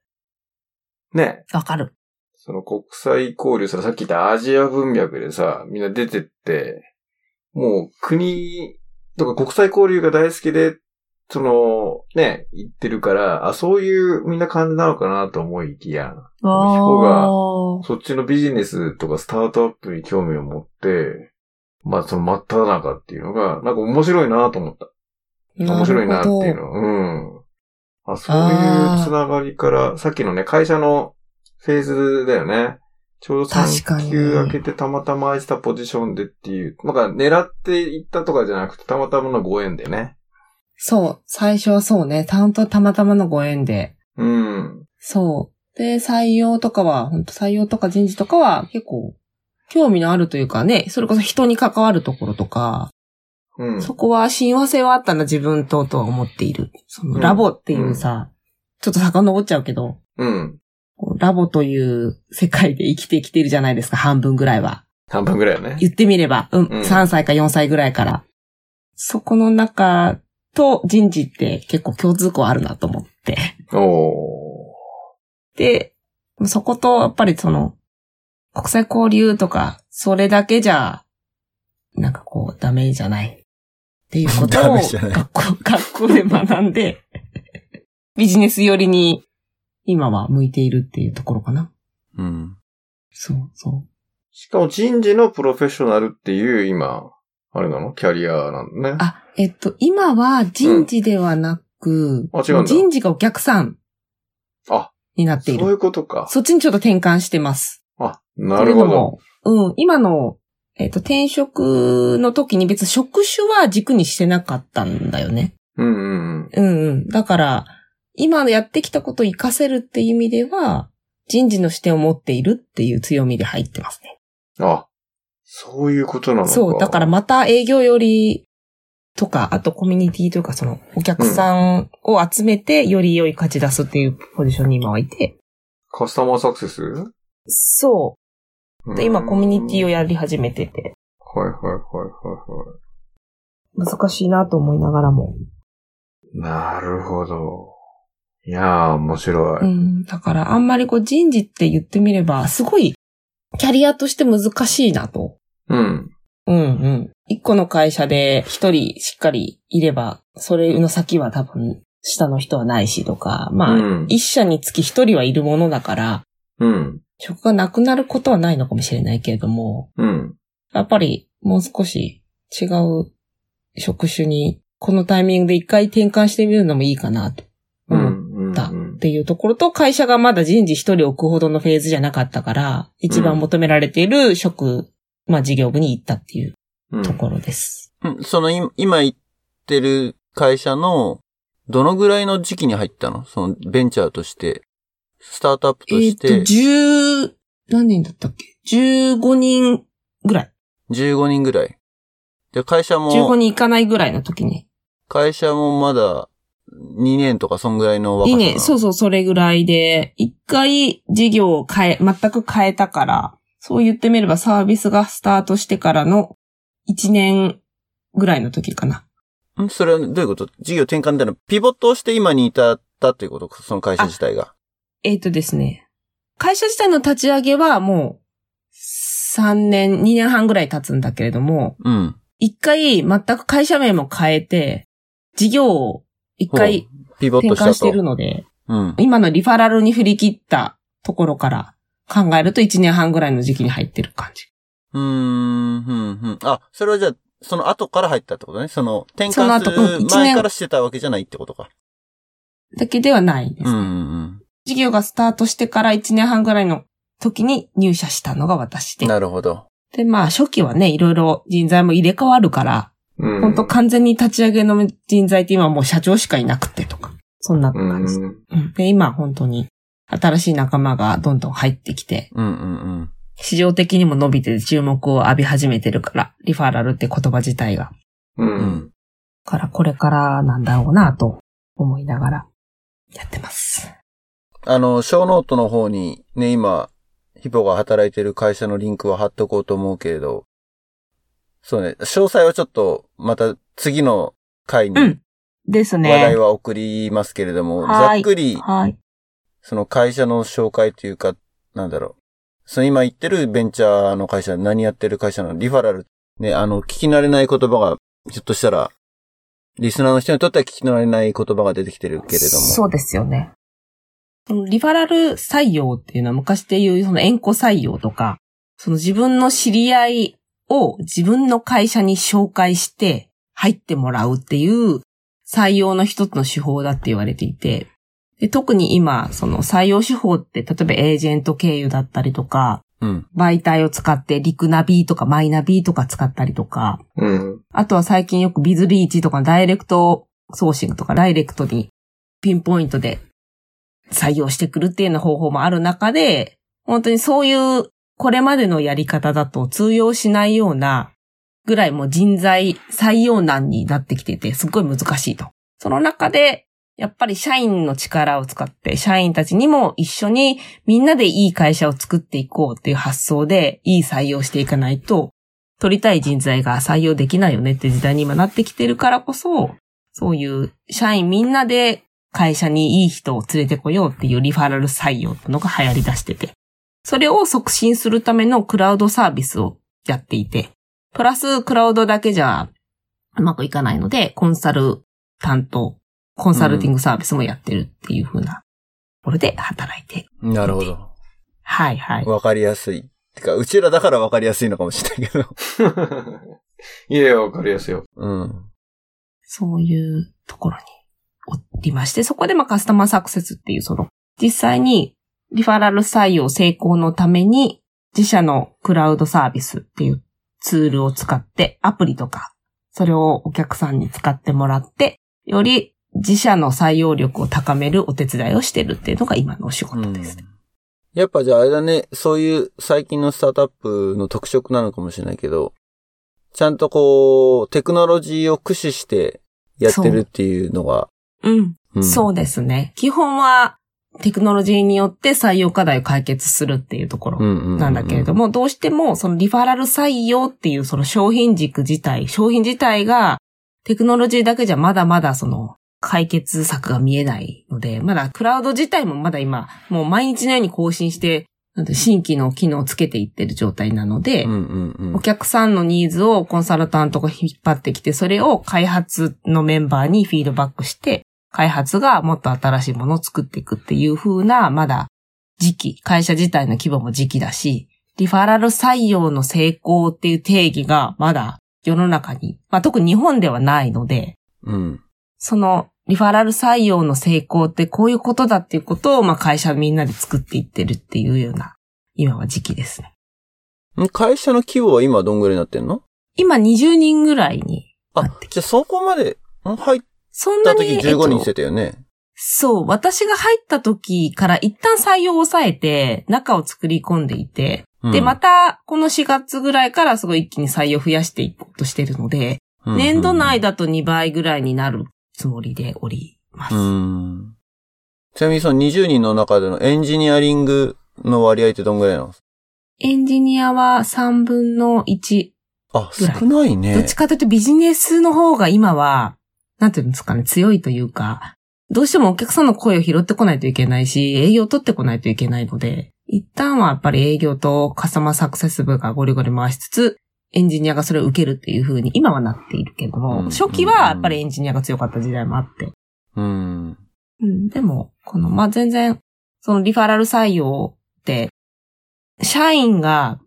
ね。わかる。その国際交流さ、さっき言ったアジア文脈でさ、みんな出てって、もう国とか国際交流が大好きで、その、ね、行ってるから、あ、そういうみんな感じなのかなと思いきや、あそっちのビジネスとかスタートアップに興味を持って、まあその真っ只中っていうのが、なんか面白いなと思った。ー面白いなっていうるのは。うん。あ、そういうつながりから、さっきのね、会社のフェーズだよね。ちょうど確か3に級開けてたまたま空いてたポジションでっていう。なんか狙っていったとかじゃなくて、たまたまのご縁でね。そう。最初はそうね。たんとたまたまのご縁で。うん。そう。で、採用とかは、本当採用とか人事とかは結構、興味のあるというかね、それこそ人に関わるところとか、うん。そこは親和性はあったな、自分と、とは思っている。そのラボっていうさ、ちょっと遡っちゃうけど、うん。こうラボという世界で生きてきてるじゃないですか、半分ぐらいは。半分ぐらいよね。言ってみれば、ううん、ん3歳か4歳ぐらいから。そこの中と人事って結構共通項あるなと思って。おで、そこと、やっぱりその、国際交流とか、それだけじゃ、なんかこう、ダメじゃない。っていう ことダを、メじゃない学校、学校で学んで、ビジネス寄りに、今は向いているっていうところかな。うん。そうそしかも人事のプロフェッショナルっていう、今、あれなのキャリアなんだねう。。あ、えっと、今は人事ではなく、うんあ違うんだ人事がお客さんあになっていそういる。うことか。そっちにちょっと転換してます。あ、なるほど。というのも。うん、今の、えっと、転職の時に別に職種は軸にしてなかったんだよね。うんうんうん。うんうん。だから、今やってきたことを活かせるっていう意味では、人事の視点を持っているっていう強みで入ってますね。あ、そういうことなのか。そう。だからまた営業よりとか、あとコミュニティというか、そのお客さんを集めてより良い価値出すっていうポジションに今はいて。カスタマーサクセスそうんう。で、今コミュニティをやり始めてて、はいはいはいはいは難しいなと思いながらも。い。なるほど。いやー、面白うい。ん。だからあんまりこう人事って言ってみれば、すごいキャリアとして難しいなとうん。うんうん。一個の会社で一人しっかりいれば、それの先は多分下の人はないしとか、まあ、うん一社につき一人はいるものだから、うん。職がなくなることはないのかもしれないけれども、うん。やっぱりもう少し違う職種に、このタイミングで一回転換してみるのもいいかなとう思っん。たっていうところと、会社がまだ人事一人置くほどのフェーズじゃなかったから、一番求められている職、まあ事業部に行ったっていううんところです。うんそのい今言ってる会社の、どのぐらいの時期に入ったのそのベンチャーとして、スタートアップとえっ、して、と、十、何人だったっけ ?15 人ぐらい。 15人ぐらい。で、会社15も、人いかないぐらいの時に。会社もまだ2年とかそんぐらいの若さいいなの。ね。そうそう、それぐらいで、一回事業を変え、全く変えたから、そう言ってみればサービスがスタートしてからの1年ぐらいの時かな。んそれはどういうこと事業転換ってのは、ピボットをして今に至ったということその会社自体が。えっ、とですね。会社自体の立ち上げはもう3年、2年半ぐらい経つんだけれども、うん。一回全く会社名も変えて、事業を一回ピボッ転トした換と。してるので、うん。今のリファラルに振り切ったところから考えると1年半ぐらいの時期に入ってる感じ。うーん、うん、うん。あ、それはじゃあ、その後から入ったってことね。その、転その換す後うんる一年前からしてたわけじゃないってことか。だけではないですうね。ん、うん事業がスタートしてから1年半ぐらいの時に入社したのが私うん。で。なるほど。で、まあ初期はね、いろいろ人材も入れ替わるから、うん。本当完全に立ち上げの人材って今もう社長しかいなくてとか、そんなう感じ。ん。うんで、今本当に新しい仲間がどんどん入ってきて、うん、うん、うん。市場的にも伸びて注目を浴び始めてるから、リファラルって言葉自体が。う。うんん。から、これからなんだろうなと思いながらやってます。あの、小ノートの方にね、今、ヒポが働いてる会社のリンクは貼っとこうと思うけれど、そうね、詳細はちょっと、また次の回にう話んです題ね。は送りますけれども、ざはっいくり、はい。その会社の紹介というか、なんだろう。その今言ってるベンチャーの会社、何やってる会社なのリファラル。ね、あの、聞き慣れない言葉が、ひょっとしたら、リスナーの人にとっては聞き慣れない言葉が出てきてるけれども。そうですよね。このリファラル採用っていうのは昔でいうその縁故採用とか、その自分の知り合いを自分の会社に紹介して入ってもらうっていう採用の一つの手法だって言われていて、で特に今、その採用手法って、例えばエージェント経由だったりとか、うん。媒体を使ってリクナビとかマイナビとか使ったりとか、 うん。 あとは最近よくビズリーチとかダイレクトソーシングとかダイレクトにピンポイントで採用してくるっていうような方法もある中で、本当にそういうこれまでのやり方だと通用しないようなぐらいもう人材採用難になってきてて、すっごい難しいと。その中で、やっぱり社員の力を使って、社員たちにも一緒にみんなでいい会社を作っていこうっていう発想で、いい採用していかないと、取りたい人材が採用できないよねって時代に今なってきてるからこそ、そういう社員みんなで会社にいい人を連れてこようっていうリファラル採用ってのが流行り出してて、それを促進するためのクラウドサービスをやっていて、プラスクラウドだけじゃうまくいかないので、コンサル担当、コンサルティングサービスもやってるっていう風なところで働いて。なるほど。はいはい。わかりやすい。てか、うちらだからわかりやすいのかもしれないけど。いやいや、わかりやすいよ。うん。そういうところにおりまして、そこでまあカスタマーサクセスっていうその、実際にリファラル採用成功のために自社のクラウドサービスっていうツールを使ってアプリとか、それをお客さんに使ってもらって、より自社の採用力を高めるお手伝いをしてるっていうのが今のお仕事です。うんやっぱじゃああれだね、そういう最近のスタートアップの特色なのかもしれないけど、ちゃんとこう、テクノロジーを駆使してやってるっていうのが。う,うん、うん、そうですね。基本はテクノロジーによって採用課題を解決するっていうところなんだけれども、どうしてもそのリファラル採用っていうその商品軸自体、商品自体がテクノロジーだけじゃまだまだその解決策が見えないので、まだクラウド自体もまだ今、もう毎日のように更新して、新規の機能をつけていってる状態なので、お客さんのニーズをコンサルタントが引っ張ってきて、それを開発のメンバーにフィードバックして、開発がもっと新しいものを作っていくっていう風な、まだ時期、会社自体の規模も時期だし、リファラル採用の成功っていう定義がまだ世の中に、まあ特に日本ではないので、うん、そのリファラル採用の成功ってこういうことだっていうことを、まあ会社みんなで作っていってるっていうような、今は時期ですね。会社の規模は今どんぐらいになってんの今20人ぐらいにあ、じゃあそこまで、入った時15人してたよね、えっと。そう、私が入った時から一旦採用を抑えて、中を作り込んでいて、うん、で、また、この4月ぐらいからすごい一気に採用増やしていこうとしてるので、うんうん、年度内だと2倍ぐらいになるつもりでおります。ちなみにその20人の中でのエンジニアリングの割合ってどんぐらいなのエンジニアは3分の1。あ、少ないね。どっちかというとビジネスの方が今は、なんていうんですかね、強いというか、どうしてもお客さんの声を拾ってこないといけないし、営業を取ってこないといけないので、一旦はやっぱり営業とカスタマーサクセス部がゴリゴリ回しつつ、エンジニアがそれを受けるっていう風に今はなっているけども、初期はやっぱりエンジニアが強かった時代もあって。うん。うん、でも、この、まあ、全然、そのリファラル採用って、社員が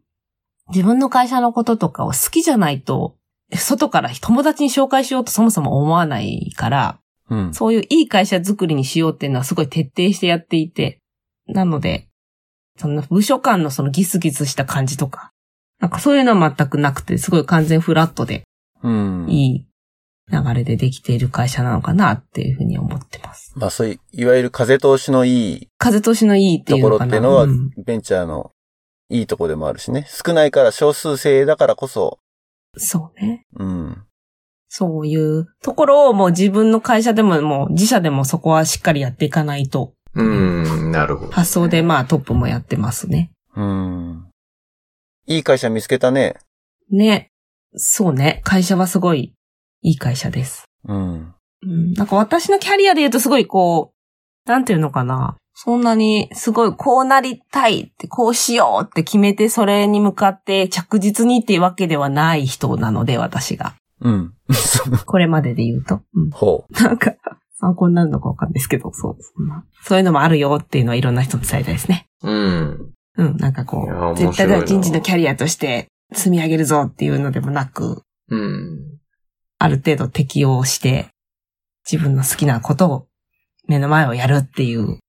自分の会社のこととかを好きじゃないと、外から友達に紹介しようとそもそも思わないから、うん、そういういい会社作りにしようっていうのはすごい徹底してやっていて、なので、その部署間のそのギスギスした感じとか、なんかそういうのは全くなくて、すごい完全フラットで、うん、いい流れでできている会社なのかなっていうふうに思ってます。まあそういう、いわゆる風通しのいい。風通しのいいっていうところっていうのは、うん、ベンチャーのいいとこでもあるしね。少ないから少数制だからこそ。そうね。うん。そういうところをもう自分の会社でももう自社でもそこはしっかりやっていかないと。うん、なるほど、発想でまあトップもやってますね。うん。いい会社見つけたね。ね。そうね。会社はすごいいい会社です。うん。うん。なんか私のキャリアで言うとすごいこう、なんていうのかな。そんなにすごいこうなりたいって、こうしようって決めてそれに向かって着実にっていうわけではない人なので、私が。うん。これまでで言うと。うん、 ほう。なんか、参考になるのかわかんないですけど、そう、そんな。そういうのもあるよっていうのはいろんな人に伝えたいですね。うん。うん、なんかこう、絶対人事のキャリアとして積み上げるぞっていうのでもなく、うん。ある程度適応して、自分の好きなことを、目の前をやるっていう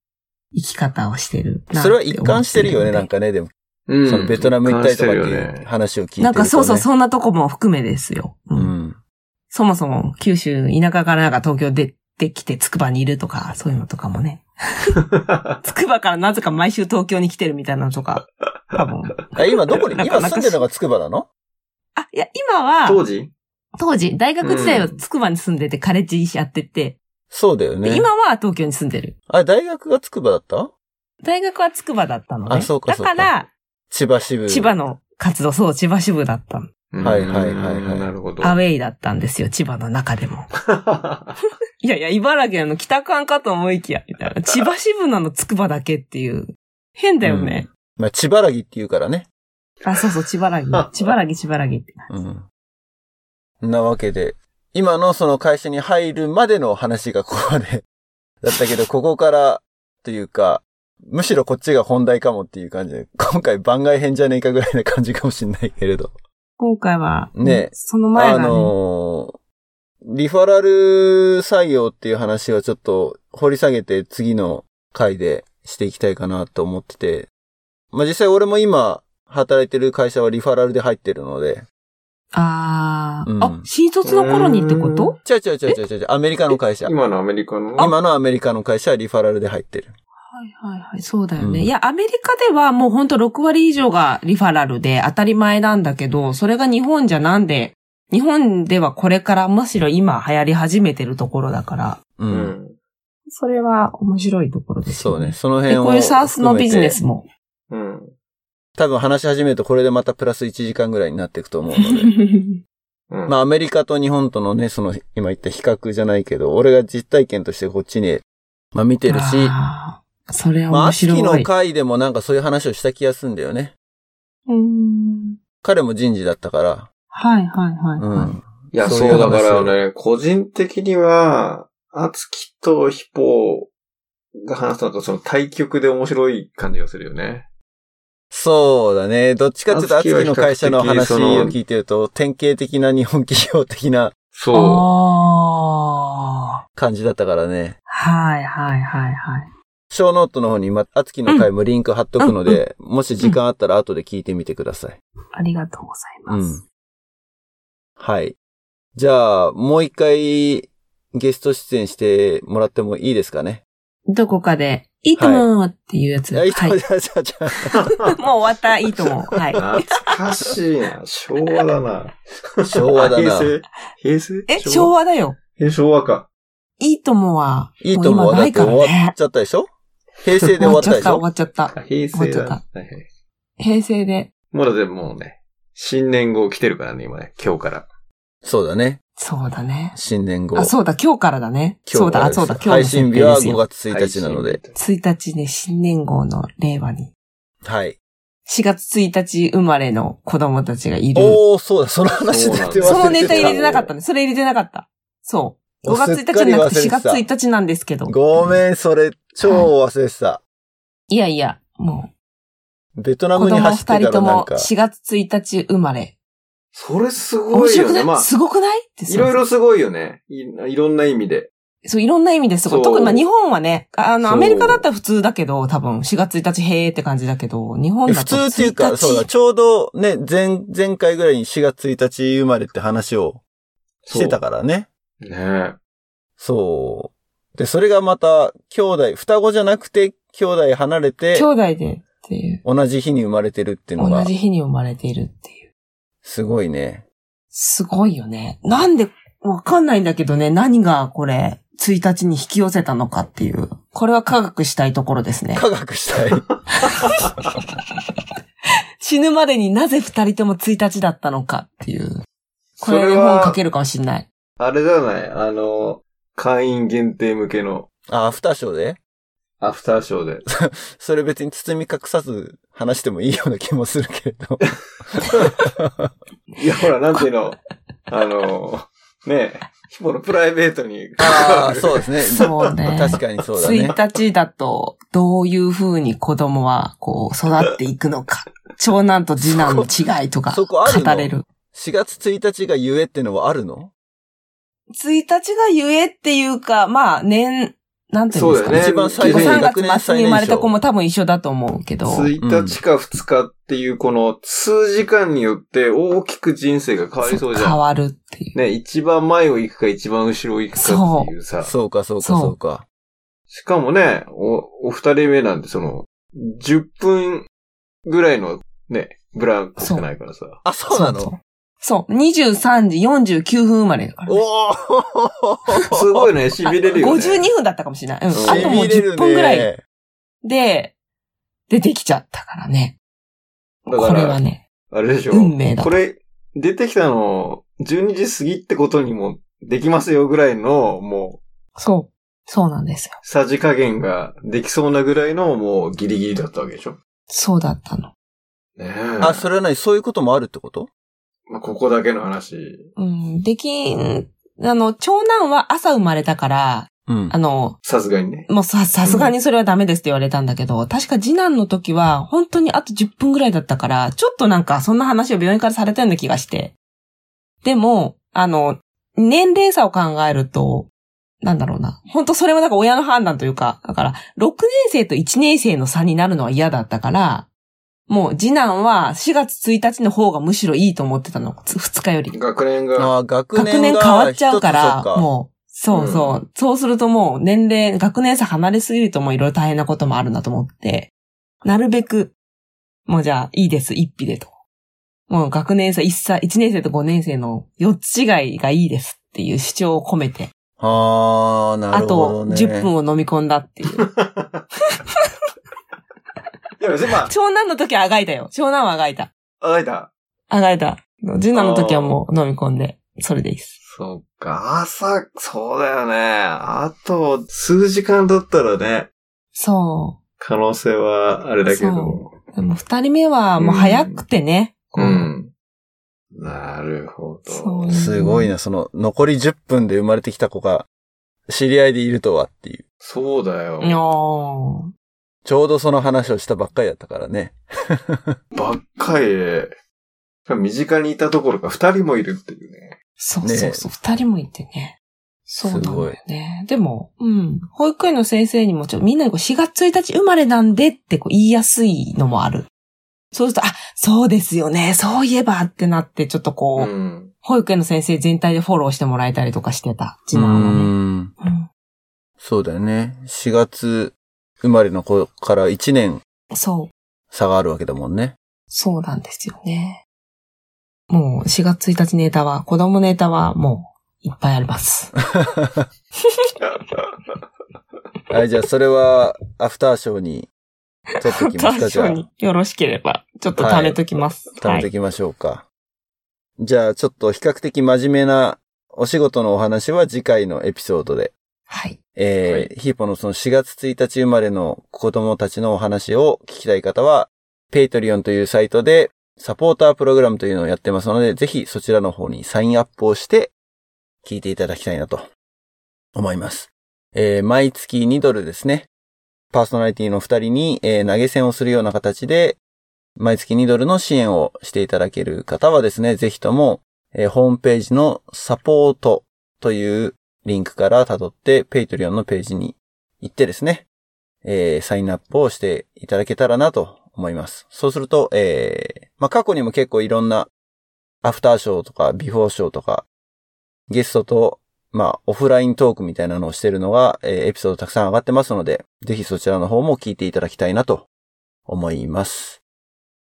生き方をしてるそれは一貫してるよね、なんかね、でも。うん。そのベトナム行ったりとかっていう話を聞いて、ね、なんかそうそう、そんなとこも含めですよ。うん。うん、そもそも九州、田舎からなんか東京出てきて筑波にいるとか、そういうのとかもね。つくばからなぜか毎週東京に来てるみたいなの とか、多分。今どこに、今住んでるのがつくばなのあ、いや、今 は、当時当時、大学時代はつくばに住んでて、カレッジやってて。そうだよね。今は東京に住んでる。あ、大学がつくばだった大学はつくばだったのね。あ、そうかだから、千葉支部。千葉の活動、そう、千葉支部だったの。 はいはいはいはい。なるほ ど。アウェイだったんですよ、千葉の中で も。いやいや、茨城の北館かと思いきや、みたいな。千葉支部なのつくばだけっていう。変だよね。うん、まあ、千葉らぎって言うからね。あ、そうそう、千葉らぎ。千葉らぎ、千葉らぎって。うん。なわけで、今のその会社に入るまでの話がここまで だったけど、ここから、というか、むしろこっちが本題かもっていう感じで、今回番外編じゃねえかぐらいな感じかもしんないけれど。今回は、ね、その前が、ね、あのー、リファラル採用っていう話はちょっと掘り下げて次の回でしていきたいかなと思ってて。まあ、実際俺も今働いてる会社はリファラルで入ってるので。あー、うんあ、新卒の頃にってこと違う違う違う違う違う、アメリカの会社。今のアメリカの。今のアメリカの会社はリファラルで入ってる。はいはいはい、そうだよね。うんいや、アメリカではもうほんと6割以上がリファラルで当たり前なんだけど、それが日本じゃなんで、日本ではこれからむしろ今流行り始めてるところだから、う。うんん。それは面白いところですそうよね。ね。その辺で、を。こういうサースのビジネ。スも。うん。多分話し始めるとこれでまたプラス1時間ぐらいになっていくと思うの で。うん。まあアメリカと日本とのね、その今言った比較じゃないけど、俺が実体験としてこっちに、まあ見てるし、 あーそれはまあ面アスキ白い。の回でもなんかそういう話をした気がするんだよね。うーん。彼も人事だったから。はいはいはい、うはいん。いや、そうそいう話うだをからね、個人的には、アツキとヒポが話したのと、その対局で面白い感じがするよね。そうだね。どっちかっていうと、アアツツキキのは会社の比較的話をその聞いてると、典型的な日本企業的な そ。。ああ。感じだったからね。はいはいはいはい。ショーノートの方に、ま、アツキの回もリンク貼っとくので、もし時間あったら後で聞いてみてください。ありがとうございまうす。ん。はい。じゃあ、もう一回、ゲスト出演してもらってもいいですかね。どこかで、いいともっていうやつ。あいいとはいも、じゃあ、 じゃあ、じゃあ もう終わった、いいとも。はいう懐かしいな。昭和だな。昭和だな平成平成え、昭和だよ。え、昭和か。いいともは、いいとももうは今だなっいてから終わねっ。ちゃったでしょ平成で終終わわっったちゃでっした、ょ終わっちゃった。あ平成だ。終わっちゃはいはい平成で。もうだってもうね、新年号来てるからね、今ね、今日から。そうだね。そうだね。新年号。あ、そうだ、今日からだね。今そう日かだ、らあ、ですそうだ、今日の配信日設定はです5よ。月1日なので。 1日ね、新年号の令和に。はい。 4月1日生まれの子供たちがいる。おー、そうだ、その話出て忘れてた。そのネタ入れてなかったね。ね。それ入れてなかった。そう。お5月1日じゃなくてすっ4かり忘れて月た1日なんですけど。ごめん、それ、超忘れてた。いやいや、もベトナう、ム子に供走って2た人らとなんもか、 4月1日生まれ。それす面ごい白よくなね。い、まあ、すごくないっていろいろすごいよね。いいろんな意味で。そう、いろんな意味ですごそい。う特にまあ日本はね、あの、そうアメリカだったら普通だけど、多分4月1日へーって感じだけど、日本だ普と通って1日。いうか、そうだ、ちょうどね、前、前回ぐらいに4月1日生まれって話をしてたからね。ねそう。で、それがまた、兄弟、双子じゃなくて、兄弟離れて兄、弟でっていう。同じ日に生まれてるっていうの同が、じ日に生まれているっていう。すごいね。すごいよね。なんで、わかんないんだけどね、何がこれ、1日に引き寄せたのかっていう。これは科学したいところですね。科学 したい。死ぬまでになぜ2人とも1日だったのかっていう。これそれで本は書けるかもしんない。あれじゃないあの、会員限定向けのあ、アフターショーでアフターショーで。それ別に包み隠さず話してもいいような気もするけれど。いや、ほら、なんていう のあの、ねえ、ヒポのプライベートにああ、 そうですね。そうね確かにそうだね。 1日だと、どういう風に子供は、こう、育っていくのか。長男と次男の違いとか、そこあるの語れる。 4月1日がゆえってのはあるの1日がゆえっていうか、まあ、年、なんていうんですかね。一そう番だよね最初基本に3学年月末最に年生まれた子少。も多分一緒だと思うけど。 1日か2日っていうこの数時間によって大きく人生が変わりそうじゃ変ん。わるっていう。ね、一番前を行くか一番後ろを行くかっていうさ。そうか、そうか、そうそうか。しかもね、お、お二人目なんてその、10分ぐらいのね、ブランクしかないからさ。あ、そうなのそうそう。23時49分生まれだからね。おおすごいね、痺れるよね。 52分だったかもしれない。うん。うんあともうしびれるね10分ぐらいで、出てきちゃったからね。だからこれはね。あれでしょ運命だこれ、出てきたの、12時過ぎってことにもできますよぐらいの、もう、そう。そうなんですよ。さじ加減ができそうなぐらいの、もうギリギリだったわけでしょそうだったの。ねえ。あ、それは何そういうこともあるってことまあ、ここだけの話。うん。できん、あの、長男は朝生まれたから、うんあ。の、さすがにね。もうさ、さすがにそれはダメですって言われたんだけど、確か次男の時は、本当にあと10分ぐらいだったから、ちょっとなんか、そんな話を病院からされたような気がして。でも、あの、年齢差を考えると、なんだろうな。本当それはなんか親の判断というか、だから、6年生と1年生の差になるのは嫌だったから、もう次男は4月1日の方がむしろいいと思ってたの、2日より。学年が、ああ、学学年年が変わっちゃうから一つそっ、もう、そうそう、そうするともう年齢、学年差離れすぎるともういろいろ大変なこともあるなと思って、なるべく、もうじゃあいいです、一匹でと。もう学年差1歳、1年生と5年生の4つ違いがいいですっていう主張を込めて、ああ、なあるほどとね。 10分を飲み込んだっていう。いや、別にまあ、長男の時はあがいたよ。長男はあがいた。あがいた。あがいた。次男の時はもう飲み込んで、それでいいです。そっか、朝、そうだよね。あと、数時間だったらね、そ可能性はあれだけど。う。でも二人目はもう早くてね。うこん。なるほど。そうすごいな、その、残り10分で生まれてきた子が、知り合いでいるとはっていう。そうだよう。いやーちょうどその話をしたばっかりだったからね。ばっかりで、身近にいたところか、二人もいるっていうね。そうねえそうそう。二、人もいてね。そうなんだすごよいね。でも、うん。保育園の先生にも、ちょ、みんなにこう4月1日生まれなんでってこう言いやすいのもある。そうすると、あ、そうですよね。そういえばってなって、ちょっとこう、うん。 保育園の先生全体でフォローしてもらえたりとかしてた、次う男はん。ね。うんそうだよね。4月生まれの子から1年そう、差があるわけだもんね。そうなんですよね。もう4月1日ネタは、子供ネタはもういっぱいあります。 はい、じゃあそれは、アフターショーに、撮ってきますか、確じゃかあ。によろしければ、ちょっと貯めときます。貯めていきましょうか。じゃあ、ちょっと比較的真面目なお仕事のお話は次回のエピソードで、はい。えーはいヒーポのその4月1日生まれの子供たちのお話を聞きたい方は、ペイトリオンというサイトでサポータープログラムというのをやってますので、ぜひそちらの方にサインアップをして聞いていただきたいなと思います。えー毎月2ドルですね。パーソナリティの2人に、えー投げ銭をするような形で、毎月2ドルの支援をしていただける方はですね、ぜひとも、えーホームページのサポートというリンクから辿って、ペイトリオンのページに行ってですね、えーサインアップをしていただけたらなと思います。そうすると、えーまあ、過去にも結構いろんな、アフターショーとか、ビフォーショーとか、ゲストと、まあ、オフライントークみたいなのをしてるのが、えーエピソードたくさん上がってますので、ぜひそちらの方も聞いていただきたいなと思います。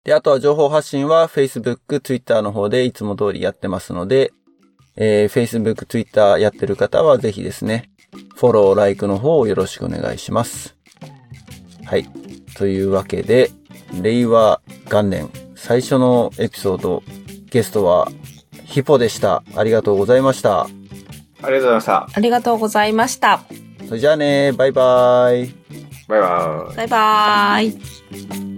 で、あとは情報発信は Facebook、Twitter の方でいつも通りやってますので、えー Facebook、Twitter やってる方はぜひですね、フォロー、ライクの方をよろしくお願いします。はい。というわけで、令和元年最初のエピソード、ゲストはヒポでした。ありがとうございました。ありがとうございました。ありがとうございました。それじゃあね、バイバイ。バイバイ。バイバーイ。